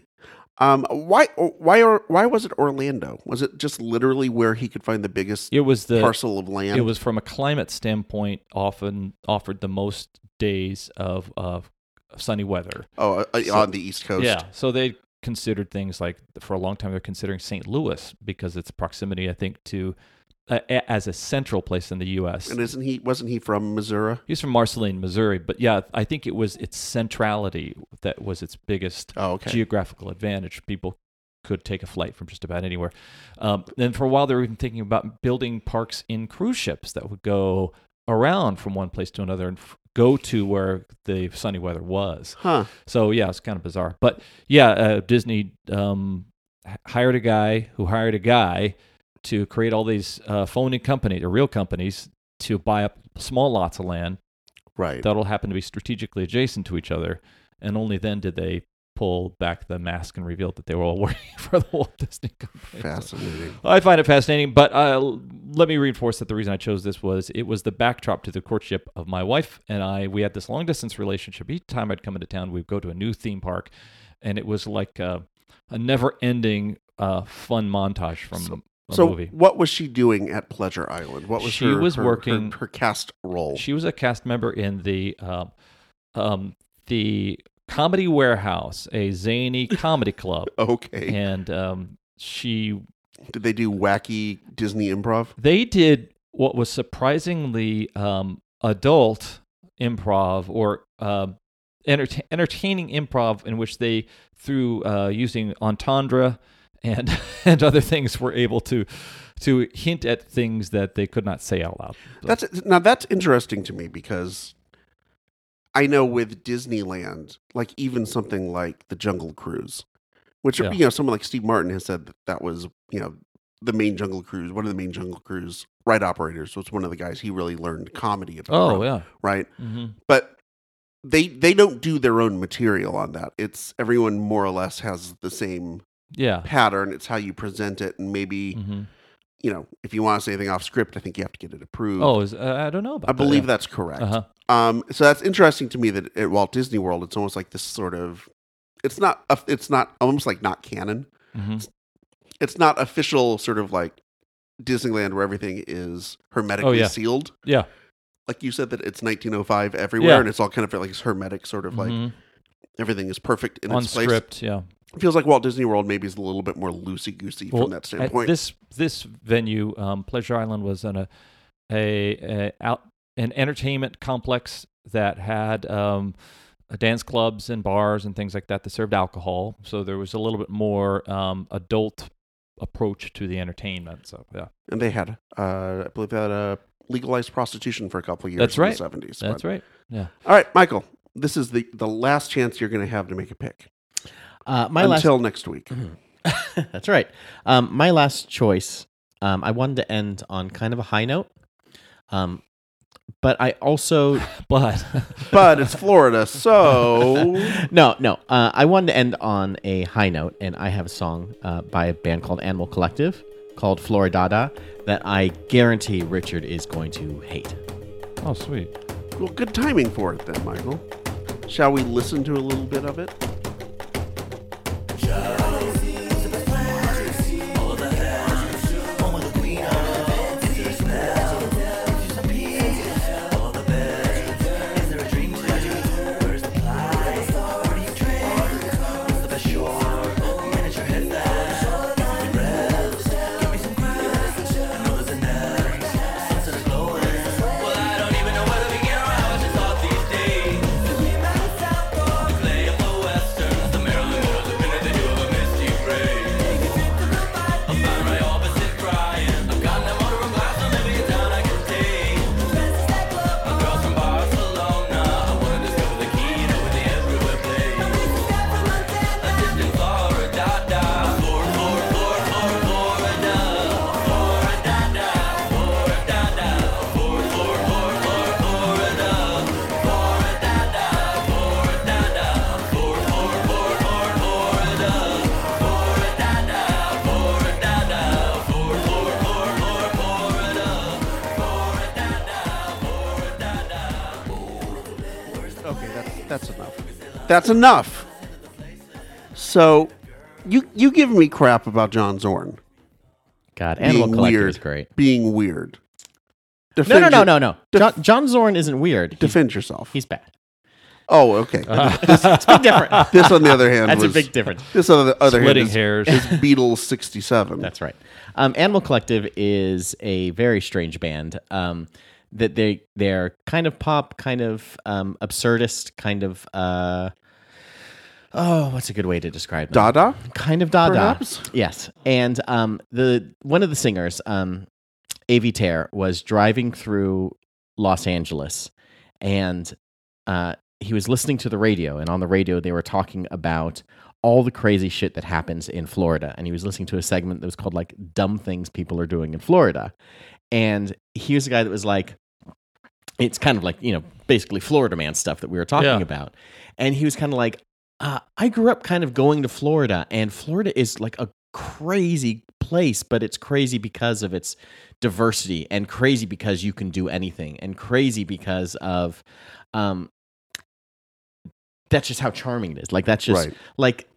S2: Um, why, why, or, why was it Orlando? Was it just literally where he could find the biggest
S1: It was the
S2: parcel of land?
S1: it was from a climate standpoint often offered the most days of of sunny weather.
S2: oh, uh, uh,
S1: so-
S2: on the East Coast.
S1: Yeah, so they considered things like for a long time they're considering St. Louis because its proximity, I think, to uh, a- as a central place in the U.S.
S2: And isn't he? Wasn't he from Missouri?
S1: He's from Marceline, Missouri, but yeah, I think it was its centrality that was its biggest
S2: Oh, okay.
S1: geographical advantage. People could take a flight from just about anywhere. Um, and for a while, they were even thinking about building parks in cruise ships that would go around from one place to another and f- go to where the sunny weather was.
S2: Huh.
S1: So yeah, it's kind of bizarre. But yeah, uh, Disney um, h- hired a guy who hired a guy to create all these uh, phony companies or real companies to buy up small lots of land
S2: Right.
S1: that'll happen to be strategically adjacent to each other. And only then did they pull back the mask and reveal that they were all working for the Walt Disney Company. So
S2: Fascinating.
S1: I find it fascinating, but uh, let me reinforce that the reason I chose this was it was the backdrop to the courtship of my wife and I. We had this long distance relationship. Each time I'd come into town, we'd go to a new theme park, and it was like uh, a never ending uh, fun montage from a
S2: so,
S1: movie.
S2: what was she doing at Pleasure Island? What was
S1: She
S2: her,
S1: was
S2: her-
S1: working-
S2: her, her cast role?
S1: She was a cast member in the um, um, the Comedy Warehouse, a zany comedy club,
S2: okay.
S1: and um, she
S2: Did they do wacky Disney improv?
S1: they did what was surprisingly um, adult improv or um entertain, entertaining improv in which they through uh, using entendre and and other things were able to to hint at things that they could not say out loud. So-
S2: That's now that's interesting to me because I know with Disneyland, like even something like the Jungle Cruise, which
S1: Yeah.
S2: you know someone like Steve Martin has said that that was you know the main Jungle Cruise, one of the main Jungle Cruise ride operators was one of the guys he really learned comedy about.
S1: oh yeah.
S2: right.
S1: hmm
S2: but they they don't do their own material on that it's everyone more or less has the same
S1: Yeah.
S2: pattern it's how you present it and maybe
S1: hmm
S2: you know if you want to say anything off script i think you have to get it approved
S1: Oh, is, uh, I don't know about
S2: i believe
S1: that.
S2: that's correct
S1: Uh huh.
S2: um so that's interesting to me that at walt disney world it's almost like this sort of it's not a- it's not almost like not canon
S1: hmm
S2: it's not official sort of like disneyland where everything is hermetically
S1: Oh, yeah.
S2: sealed
S1: Yeah.
S2: like you said that it's 1905 everywhere
S1: Yeah.
S2: and it's all kind of like this hermetic sort of like
S1: Mhm.
S2: everything is perfect in
S1: on
S2: its place.
S1: script. Yeah.
S2: It feels like Walt Disney World maybe is a little bit more loosey goosey
S1: Well,
S2: from that
S1: at
S2: standpoint.
S1: this this venue, um, Pleasure Island, was on a a, a out, an entertainment complex that had um, dance clubs and bars and things like that that served alcohol. So there was a little bit more um, adult approach to the entertainment. So yeah,
S2: And they had, uh, I believe, they had uh, legalized prostitution for a couple of years
S1: That's
S2: in
S1: right.
S2: the 70s.
S1: that's right. Yeah.
S2: All right, Michael, this is the, the last chance you're going to have to make a pick
S3: Uh, my last
S2: until next week.
S1: Mm-hmm.
S3: That's right. Um, my last choice. Um, I wanted to end on kind of a high note, um, but I also
S1: But
S2: But it's Florida, so.
S3: no no. Uh, I wanted to end on a high note, and I have a song uh, by a band called Animal Collective called Floridada that I guarantee Richard is going to hate.
S1: oh sweet.
S2: Well, good timing for it then, Michael. Shall we listen to a little bit of it? Okay, that's that's enough. That's enough. So, you you give me crap about John Zorn
S3: God, Animal
S2: being
S3: Collective
S2: weird,
S3: is great.
S2: being weird.
S3: No
S2: Defend
S3: no no
S2: your-
S3: no no. John, John Zorn isn't weird. He's,
S2: Defend yourself.
S3: he's bad.
S2: oh, okay.
S3: It's a big difference.
S2: this on the other hand,
S3: That's a
S2: was,
S3: big difference.
S2: This on the other
S1: Splitting
S2: hand
S1: hairs.
S2: is, is Beatles '67.
S3: That's right. Um, Animal Collective is a very strange band. Um, that they they're kind of pop, kind of um, absurdist, kind of uh, oh, what's a good way to describe them?
S2: Dada.
S3: kind of Dada.
S2: perhaps?
S3: Yes, and um, the one of the singers, um, Avi Ter, was driving through Los Angeles, and uh, he was listening to the radio, and on the radio they were talking about all the crazy shit that happens in Florida, and he was listening to a segment that was called like "Dumb Things People Are Doing in Florida," and he was a guy that was like. It's kind of like, you know, basically Florida man stuff that we were talking
S1: Yeah.
S3: about. And he was kind of like, uh, I grew up kind of going to Florida, and Florida is like a crazy place, but it's crazy because of its diversity, and crazy because you can do anything, and crazy because of um, that's just how charming it is. Like that's just
S2: Right.
S3: like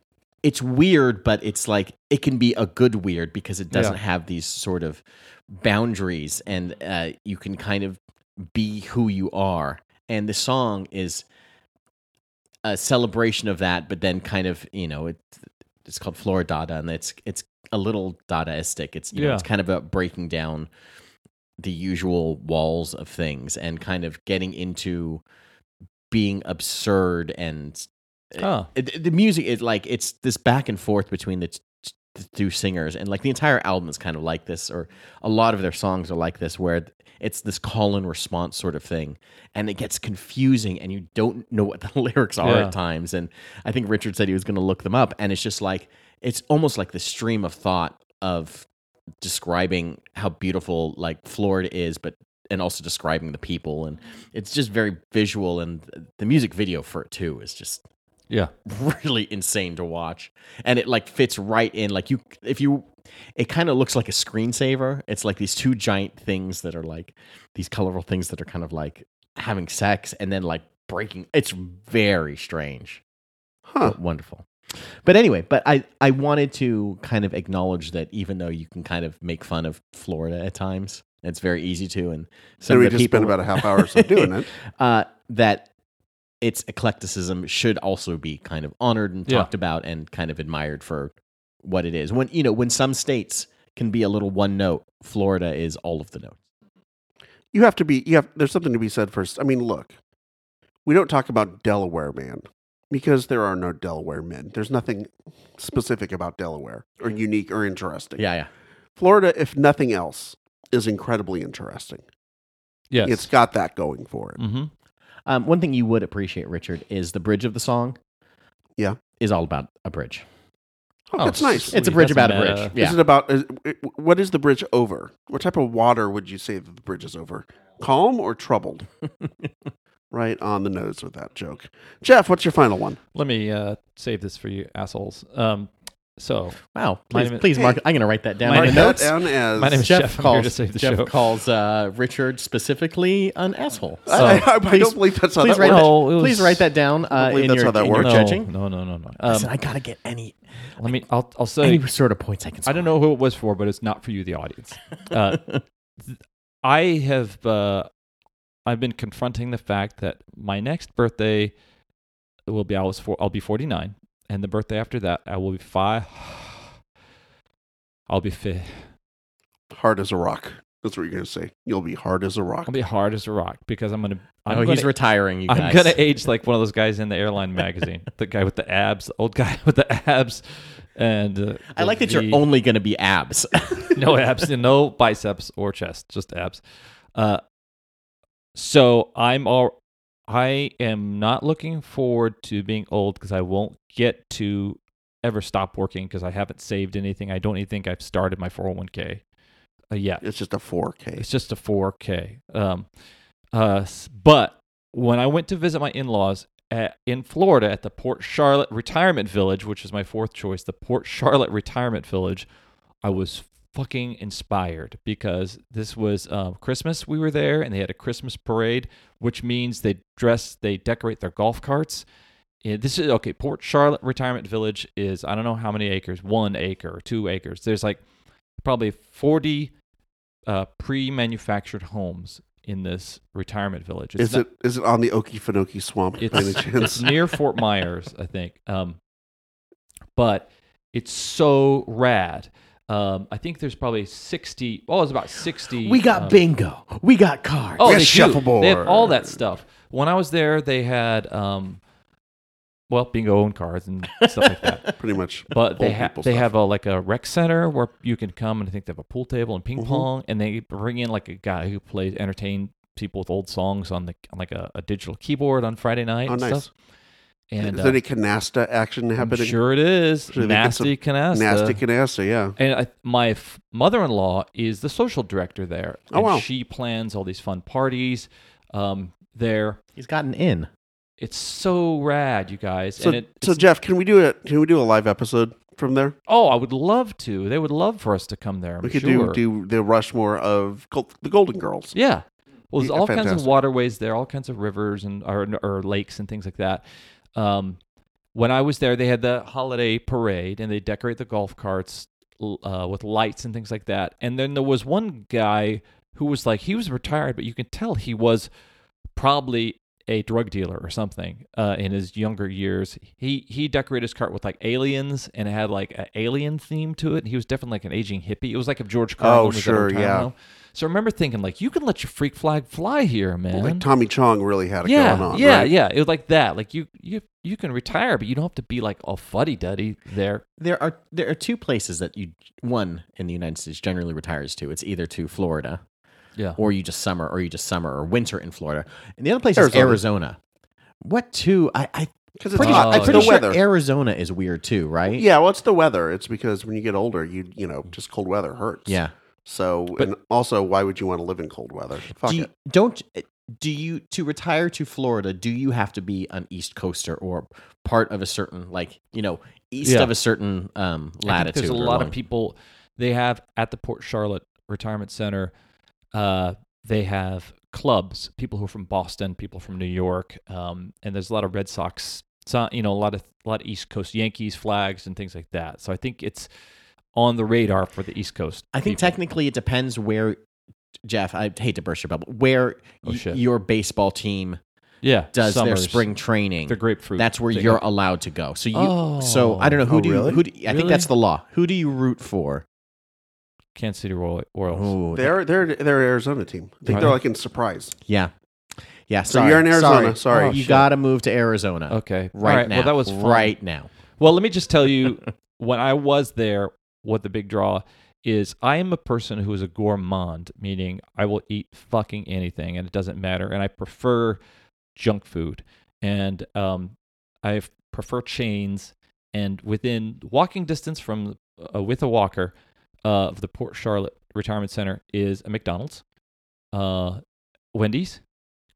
S3: it's weird, but it's like it can be a good weird because it doesn't
S1: Yeah.
S3: have these sort of boundaries, and uh, you can kind of be who you are. And the song is a celebration of that, but then kind of you know it, it's called Floridada, and it's it's a little Dadaistic. It's you know it's
S1: Yeah.
S3: kind of about breaking down the usual walls of things and kind of getting into being absurd and
S1: Oh.
S3: it, the music is like it's this back and forth between the, t- t- the two singers and like the entire album is kind of like this or a lot of their songs are like this where it's this call and response sort of thing and it gets confusing and you don't know what the lyrics are
S1: Yeah.
S3: at times and i think richard said he was going to look them up and it's just like it's almost like the stream of thought of describing how beautiful like Florida is, but and also describing the people, and it's just very visual. And the music video for it too is just
S1: Yeah.
S3: really insane to watch, and it like fits right in. Like you, if you, it kind of looks like a screensaver. It's like these two giant things that are like these colorful things that are kind of like having sex, and then like breaking. It's very strange
S2: Huh.
S3: but wonderful. But anyway, but I I wanted to kind of acknowledge that even though you can kind of make fun of Florida at times, it's very easy to, and some
S2: So we
S3: of the
S2: just
S3: people,
S2: spent about a half hour or so doing it.
S3: uh, that its eclecticism should also be kind of honored and
S1: Yeah.
S3: talked about and kind of admired for what it is. When you know when some states can be a little one note, Florida is all of the notes.
S2: You have to be. You have. There's something to be said first. I mean, look. we don't talk about Delaware man because there are no Delaware men. There's nothing specific about Delaware or unique or interesting.
S3: Yeah, yeah.
S2: Florida, if nothing else, is incredibly interesting.
S1: Yes.
S2: It's got that going for it.
S1: hmm
S3: Um, one thing you would appreciate, Richard, is the bridge of the song.
S2: Yeah.
S3: is all about a bridge.
S2: Oh, that's nice.
S1: sweet.
S3: It's a bridge
S1: That's
S3: about a
S1: meta.
S3: bridge. Yeah,
S2: Is it about is, what is the bridge over? What type of water would you say that the bridge is over? Calm or troubled? right on the nose with that joke. Jeff, what's your final one?
S1: Let me uh, save this for you assholes. Um, so
S3: Wow.
S1: My
S3: Please,
S1: name is-
S3: please mark. I'm going to write that down.
S1: My
S3: in
S1: name-
S3: the
S2: Mark that
S3: notes.
S2: down as
S1: My name is
S3: Jeff
S1: Jeff, I'm
S3: calls,
S1: here to save the
S3: Jeff
S1: show.
S3: calls uh, Richard specifically an asshole.
S2: I-
S3: So
S2: I, I
S3: please-
S2: don't believe that's how
S3: please
S2: that
S3: write
S2: works.
S3: that,
S1: No, it was-
S3: please write that down uh,
S2: believe
S3: in,
S2: that's
S3: your,
S2: how that
S3: in your
S2: works.
S1: no,
S3: judging.
S1: no, no, no, no.
S3: Listen,
S1: Um,
S3: I gotta get any
S1: let me. I'll. I'll say.
S3: any sort of points I
S1: I
S3: can. Score.
S1: don't know who it was for, but it's not for you, the audience. Uh, th- I have. Uh, I've been confronting the fact that my next birthday will be. I was four. I'll be forty nine, and the birthday after that, I will be five. I'll be fi
S2: Hard as a rock. That's what you're gonna say. You'll be hard as a rock.
S1: I'll be hard as a rock because I'm gonna. I'm
S3: oh,
S1: gonna
S3: he's retiring. You guys.
S1: I'm gonna age like one of those guys in the airline magazine, the guy with the abs, the old guy with the abs, and uh,
S3: I like that
S1: the-
S3: you're only gonna be abs.
S1: no abs, no biceps or chest, just abs. Uh, so I'm all, I am not looking forward to being old because I won't get to ever stop working because I haven't saved anything. I don't even think I've started my 401k uh, yet.
S2: It's just a 4K.
S1: It's just a 4K. Um, uh, s- but when I went to visit my in-laws at, in Florida at the Port Charlotte Retirement Village, which is my fourth choice, the Port Charlotte Retirement Village, I was fucking inspired because this was um, Christmas. We were there, and they had a Christmas parade, which means they dress, they decorate their golf carts. Yeah, this is okay. Port Charlotte Retirement Village is I don't know how many acres, one acre, two acres. There's like probably 40 uh, pre-manufactured homes in this retirement village.
S2: Is
S1: not-
S2: it is it on the Okefenokee Swamp by any
S1: It's-
S2: chance?
S1: near Fort Myers, I think. Um, but it's so rad. Um, I think there's probably 60. Oh, it's about 60.
S3: we got
S1: um,
S3: bingo. We got cards.
S1: Oh,
S2: We
S1: they
S2: got
S1: do.
S2: shuffleboard.
S1: They have all that stuff. When I was there, they had um, well, bingo and cards and stuff like that.
S2: Pretty much.
S1: But they
S2: Old
S1: have
S2: people
S1: they
S2: stuff.
S1: have a like a rec center where you can come and I think they have a pool table and ping
S2: Mhm.
S1: pong, and they bring in like a guy who plays entertain people with old songs on the on like a, a digital keyboard on Friday night
S2: Oh,
S1: and
S2: nice.
S1: stuff. And
S2: is
S1: uh,
S2: there any canasta action
S1: I'm
S2: happening?
S1: sure it is
S2: Sure they get some
S1: nasty canasta.
S2: Nasty canasta, yeah.
S1: and I, my f- mother-in-law is the social director there,
S2: Oh,
S1: and
S2: wow.
S1: she plans all these fun parties um, there.
S3: He's gotten in.
S1: It's so rad, you guys.
S2: So,
S1: and it,
S2: so
S1: it's-
S2: Jeff, can we do it? Can we do a live episode from there?
S1: oh, I would love to. They would love for us to come there. I'm
S2: we could
S1: sure.
S2: do do the Rushmore of Gol- the Golden Girls.
S1: Yeah. Well, there's
S2: Yeah,
S1: all kinds of
S2: fantastic.
S1: waterways there, all kinds of rivers and or, or lakes and things like that. Um, when I was there, they had the holiday parade and they decorate the golf carts l- uh, with lights and things like that. And then there was one guy who was like, he was retired, but you can tell he was probably a drug dealer or something uh, in his younger years. He he decorated his cart with like aliens and it had like an alien theme to it. And he was definitely like an aging hippie. It was like if George Carlin
S2: Oh,
S1: was at a
S2: sure,
S1: retirement
S2: yeah.
S1: home. So I remember thinking like, you can let your freak flag fly here, man.
S2: Like Tommy Chong really had it
S1: yeah,
S2: going on.
S1: yeah,
S2: right?
S1: yeah. It was like that. Like you, you, you can retire, but you don't have to be like a fuddy duddy there.
S3: There are there are two places that you one in the United States generally retires to. It's either to Florida,
S1: Yeah.
S3: or you just summer, or you just summer or winter in Florida. And the other place is
S2: Arizona.
S3: Arizona. What two? I I
S2: Because it's
S3: pretty,
S2: hot.
S1: Oh,
S3: I'm
S2: it's
S3: pretty
S2: the
S3: sure
S2: weather.
S3: Arizona is weird too, right?
S2: yeah, well, it's the weather. It's because when you get older, you you know, just cold weather hurts.
S3: Yeah.
S2: So, and also, why would you want to live in cold weather? Fuck
S3: do you,
S2: it.
S3: don't do you to retire to Florida? Do you have to be an East Coaster or part of a certain like you know east
S1: Yeah.
S3: of a certain um,
S1: I think
S3: latitude?
S1: there's a
S3: or
S1: lot
S3: long-
S1: of people they have at the Port Charlotte Retirement Center. Uh, they have clubs, people who are from Boston, people from New York, um, and there's a lot of Red Sox, so- you know, a lot of a lot of East Coast Yankees flags and things like that. So I think it's on the radar for the East Coast.
S3: I think technically it depends where. Jeff, I hate to burst your bubble. Where
S1: Oh,
S3: y-
S1: shit.
S3: your baseball team
S1: yeah,
S3: does their
S1: summers,
S3: spring training,
S1: the grapefruit.
S3: that's where
S1: thing.
S3: you're allowed to go. So you,
S1: Oh.
S3: so I don't know who
S2: Oh,
S3: do you,
S2: really?
S3: who do, I think
S1: Really?
S3: that's the law. Who do you root for?
S1: Kansas City Royal- Royals.
S3: Oh,
S2: They're they're they're Arizona team. I think
S1: Are
S2: they're
S1: they?
S2: like in surprise.
S3: yeah. Yeah,
S2: So
S3: sorry.
S2: you're in Arizona. Sorry.
S3: you
S1: Oh, shit.
S3: got to move to Arizona
S1: Okay.
S3: right,
S1: All right.
S3: now.
S1: Well, that was fun.
S3: right now.
S1: Well, let me just tell you when I was there, what the big draw is I am a person who is a gourmand, meaning I will eat fucking anything and it doesn't matter. And I prefer junk food and um, I f- prefer chains. And within walking distance from uh, with a walker uh, of the Port Charlotte Retirement Center is a McDonald's, uh, Wendy's,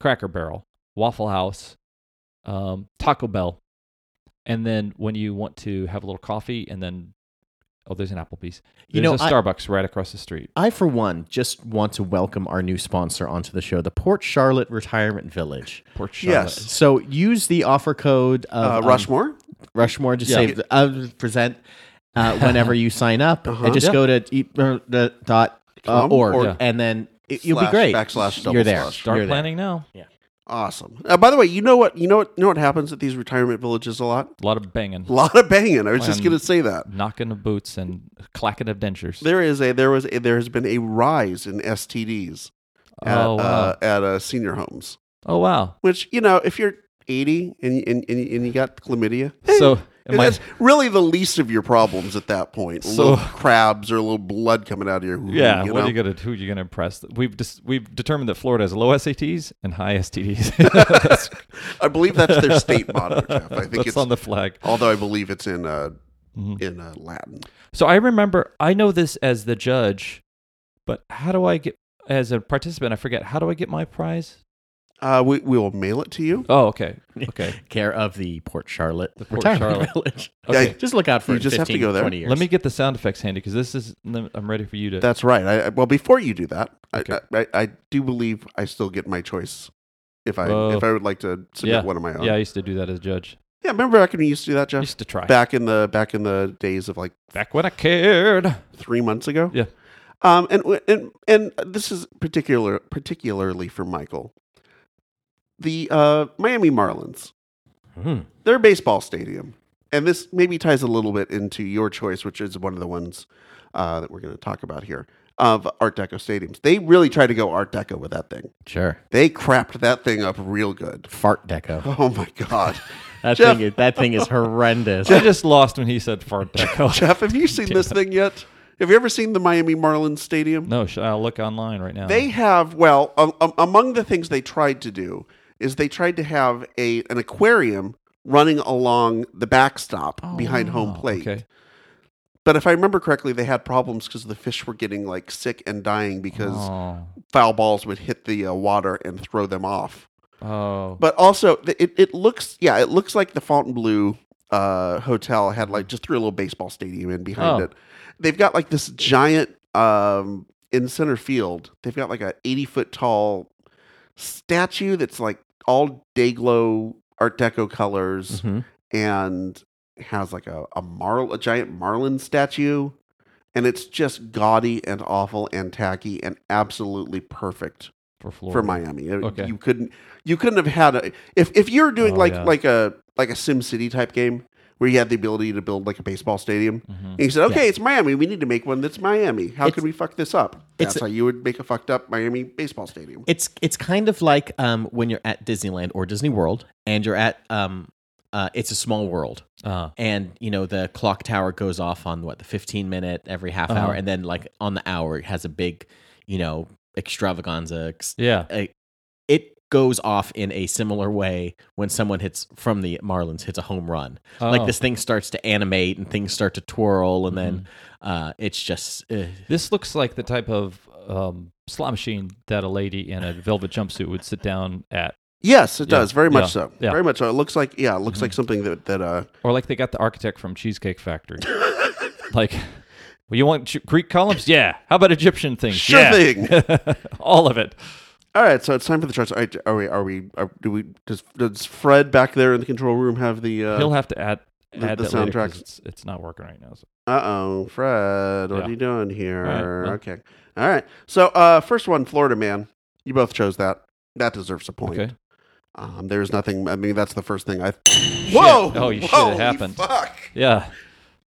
S1: Cracker Barrel, Waffle House, um, Taco Bell, and then when you want to have a little coffee, and then oh, there's an Applebee's. There's
S3: You know,
S1: a
S3: I-
S1: Starbucks right across the street.
S3: I, for one, just want to welcome our new sponsor onto the show, the Port Charlotte Retirement Village.
S1: Port Charlotte.
S2: Yes.
S3: So use the offer code
S2: Uh,
S3: of, um,
S2: Rushmore.
S3: Rushmore. Just
S1: Yeah.
S3: save the uh, present uh, whenever you sign up.
S2: Uh-huh.
S3: And just
S1: Yeah.
S3: go to eat, uh, the- dot uh,
S2: Com
S3: org,
S2: or-
S1: Yeah.
S3: and then it, you'll be
S2: Slash,
S3: great.
S2: backslash, double
S3: You're there.
S2: slash.
S1: Start
S3: You're there.
S1: planning now.
S2: Awesome. Uh, by the way, you know what? You know what? You know what happens at these retirement villages a lot?
S1: A lot of banging,
S2: A lot of banging. I was just
S1: Um,
S2: going to say that.
S1: knocking of boots, and clacking of dentures.
S2: There is a there was a, there has been a rise in STDs at
S1: oh wow!
S2: uh, at uh, senior homes.
S1: oh wow!
S2: Which you know, if you're 80 and and, and, and you got chlamydia,
S1: So
S2: and
S1: am I,
S2: that's really the least of your problems at that point.
S1: So-
S2: little crabs or a little blood coming out of your woo,
S1: yeah.
S2: You
S1: what
S2: know?
S1: are you gonna? Who are you gonna impress? We've just we've determined that Florida has low SATs and high STDs. that's
S2: I believe that's their state motto. Jeff. I think
S1: that's
S2: it's
S1: on the flag.
S2: although I believe it's in uh,
S1: Mhm.
S2: in uh, Latin.
S1: So I remember I know this as the judge, but how do I get as a participant? I forget. How do I get my prize?
S2: Uh, we we will mail it to you.
S1: Oh, okay, okay.
S3: Care of the Port Charlotte
S1: The Port
S3: Retirement
S1: Charlotte.
S3: Village.
S1: okay.
S2: Yeah,
S3: Just look out for
S2: You
S3: it in
S2: just have to
S3: 15,
S2: go there.
S3: 20 years.
S1: Let me get the sound effects handy because this is. I'm ready for you to.
S2: That's right. I, I- well, before you do that,
S1: Okay.
S2: I, I I do believe I still get my choice if I
S1: Whoa.
S2: if I would like to submit one of my own.
S1: yeah, I used to do that as a judge.
S2: Yeah, remember back when we used to do that,
S1: I
S2: Jeff?
S1: used to try
S2: Back in the back in the days of like
S1: back when I cared.
S2: three months ago.
S1: Yeah.
S2: Um, and w- and and this is particular particularly for Michael. The uh, Miami Marlins,
S3: Hmm.
S2: their baseball stadium, and this maybe ties a little bit into your choice, which is one of the ones uh, that we're going to talk about here of Art Deco stadiums. They really tried to go Art Deco with that thing.
S3: Sure.
S2: They crapped that thing up real good.
S3: Fart deco.
S2: Oh my god,
S3: That
S2: Jeff.
S3: thing is that thing is horrendous.
S1: I just lost when he said fart deco.
S2: Jeff, have you seen this thing yet? Have you ever seen the Miami Marlins stadium?
S1: no, sh- I'll look online right now.
S2: They have well, um, um, among the things they tried to do is they tried to have a an aquarium running along the backstop
S1: Oh,
S2: behind home
S1: wow.
S2: plate.
S1: Okay.
S2: But if I remember correctly, they had problems because the fish were getting like sick and dying because
S1: Oh,
S2: foul balls would hit the uh, water and throw them off.
S1: oh.
S2: But also, th- it it looks yeah, it looks like the Fontainebleau uh, hotel had like just threw a little baseball stadium in behind
S1: Oh.
S2: it. They've got like this giant um, in center field. They've got like a eighty foot tall statue that's like all day glow Art Deco colors
S3: Mhm.
S2: and has like a a marl a giant marlin statue. And it's just gaudy and awful and tacky and absolutely perfect
S1: for Florida.
S2: for Miami. Uh,
S1: Okay.
S2: You couldn't you couldn't have had a if if you're doing
S1: Oh,
S2: like
S1: yeah.
S2: like a like a Sim City type game where you had the ability to build like a baseball stadium.
S1: Mhm.
S2: And you said, okay, it's Miami. We need to make one that's Miami. How
S3: It's-
S2: can we fuck this up?
S3: it's-
S2: That's how you would make a fucked up Miami baseball stadium.
S3: It's it's kind of like um, when you're at Disneyland or Disney World and you're at um, uh, it's a small world
S1: Uh,
S3: and you know the clock tower goes off on what the 15 minute every half
S1: Uh-huh.
S3: hour and then like on the hour it has a big you know extravaganza ex-
S1: yeah.
S3: a- it goes off in a similar way when someone hits from the Marlins hits a home run. Like
S1: Oh.
S3: this thing starts to animate and things start to twirl and then
S1: Mm-hmm.
S3: uh, it's just uh,
S1: This looks like the type of um, slot machine that a lady in a velvet jumpsuit would sit down at,
S2: Yes, it
S1: Yeah,
S2: does. Very much
S1: yeah,
S2: so.
S1: yeah.
S2: Very much so. It looks like yeah, it looks like something that that uh
S1: or like they got the architect from Cheesecake Factory. like, well, you want Ch- Greek columns? Yeah. How about Egyptian things?
S2: sure
S1: yeah.
S2: thing.
S1: All of it.
S2: All right, so it's time for the charts. All right, are we are we are, do we does, does Fred back there in the control room have the uh
S1: He'll have to add
S2: the-
S1: add
S2: the
S1: that later 'cause
S2: soundtracks.
S1: It's, it's not working right now. So.
S2: Uh oh, Fred, what
S1: Yeah.
S2: are you doing here?
S1: All right, well.
S2: Okay. All right. So, uh, first one, Florida Man. You both chose that. That deserves a point.
S1: Okay.
S2: Um, there's nothing. I mean, that's the first thing I. Whoa!
S1: Oh, you shit, it
S2: Holy
S1: happened.
S2: Fuck!
S1: Yeah.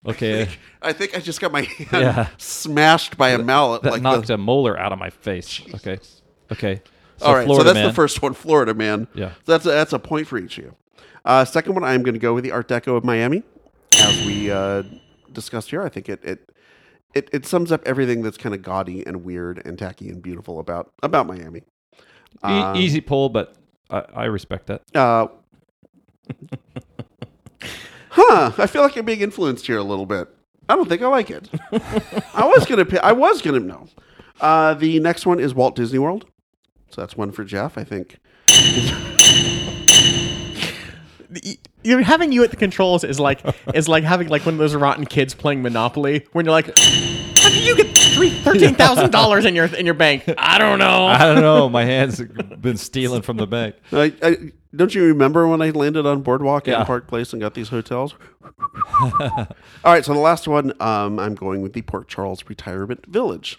S1: Okay.
S2: I think I just got my hand
S1: Yeah.
S2: smashed by a mallet.
S1: That
S2: like
S1: knocked
S2: the,
S1: a molar out of my face. Okay. Okay. So
S2: All right,
S1: Florida
S2: so that's
S1: man.
S2: the first one, Florida man.
S1: Yeah.
S2: So that's a, that's a point for each of you. Uh, second one, I'm going to go with the Art Deco of Miami, as we uh, discussed here. I think it it it, it sums up everything that's kind of gaudy and weird and tacky and beautiful about about Miami.
S1: E-
S2: Um,
S1: easy pull, but I, I respect that.
S2: Uh, huh? I feel like I'm being influenced here a little bit. I don't think I like it. I was gonna. pi- I was gonna no. Uh, the next one is Walt Disney World, so that's one for Jeff. I think.
S3: You're having you at the controls is like is like having like one of those rotten kids playing Monopoly when you're like, how did you get three thirteen thousand dollars in your in your bank? I don't know.
S1: I don't know. My hands have been stealing from the bank.
S2: I, I, don't you remember when I landed on Boardwalk
S1: Yeah.
S2: and Park Place and got these hotels? All right, so the last one, um, I'm going with the Port Charles Retirement Village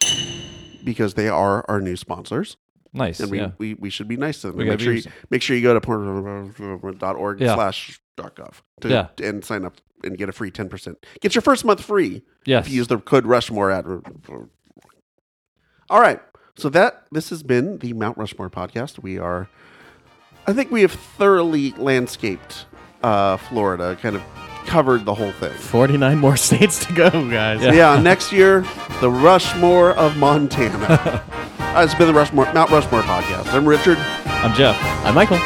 S2: because they are our new sponsors,
S1: Nice.
S2: and we,
S1: yeah.
S2: we, we should be nice to them.
S1: We
S2: make
S1: gotta
S2: sure
S1: be
S2: you,
S1: nice.
S2: make sure you go to port.org
S1: Yeah.
S2: slash .gov to,
S1: Yeah.
S2: and sign up and get a free 10%. Get your first month free
S1: Yes.
S2: if you use the code Rushmore at. All right. So that this has been the Mount Rushmore podcast. We are, I think, we have thoroughly landscaped uh, Florida, kind of covered the whole thing.
S3: Forty nine more states to go, guys.
S2: Yeah. next year, the Rushmore of Uh, Montana. All right, it's been the Rushmore Mount Rushmore podcast. I'm Richard.
S1: I'm Jeff.
S3: I'm Michael.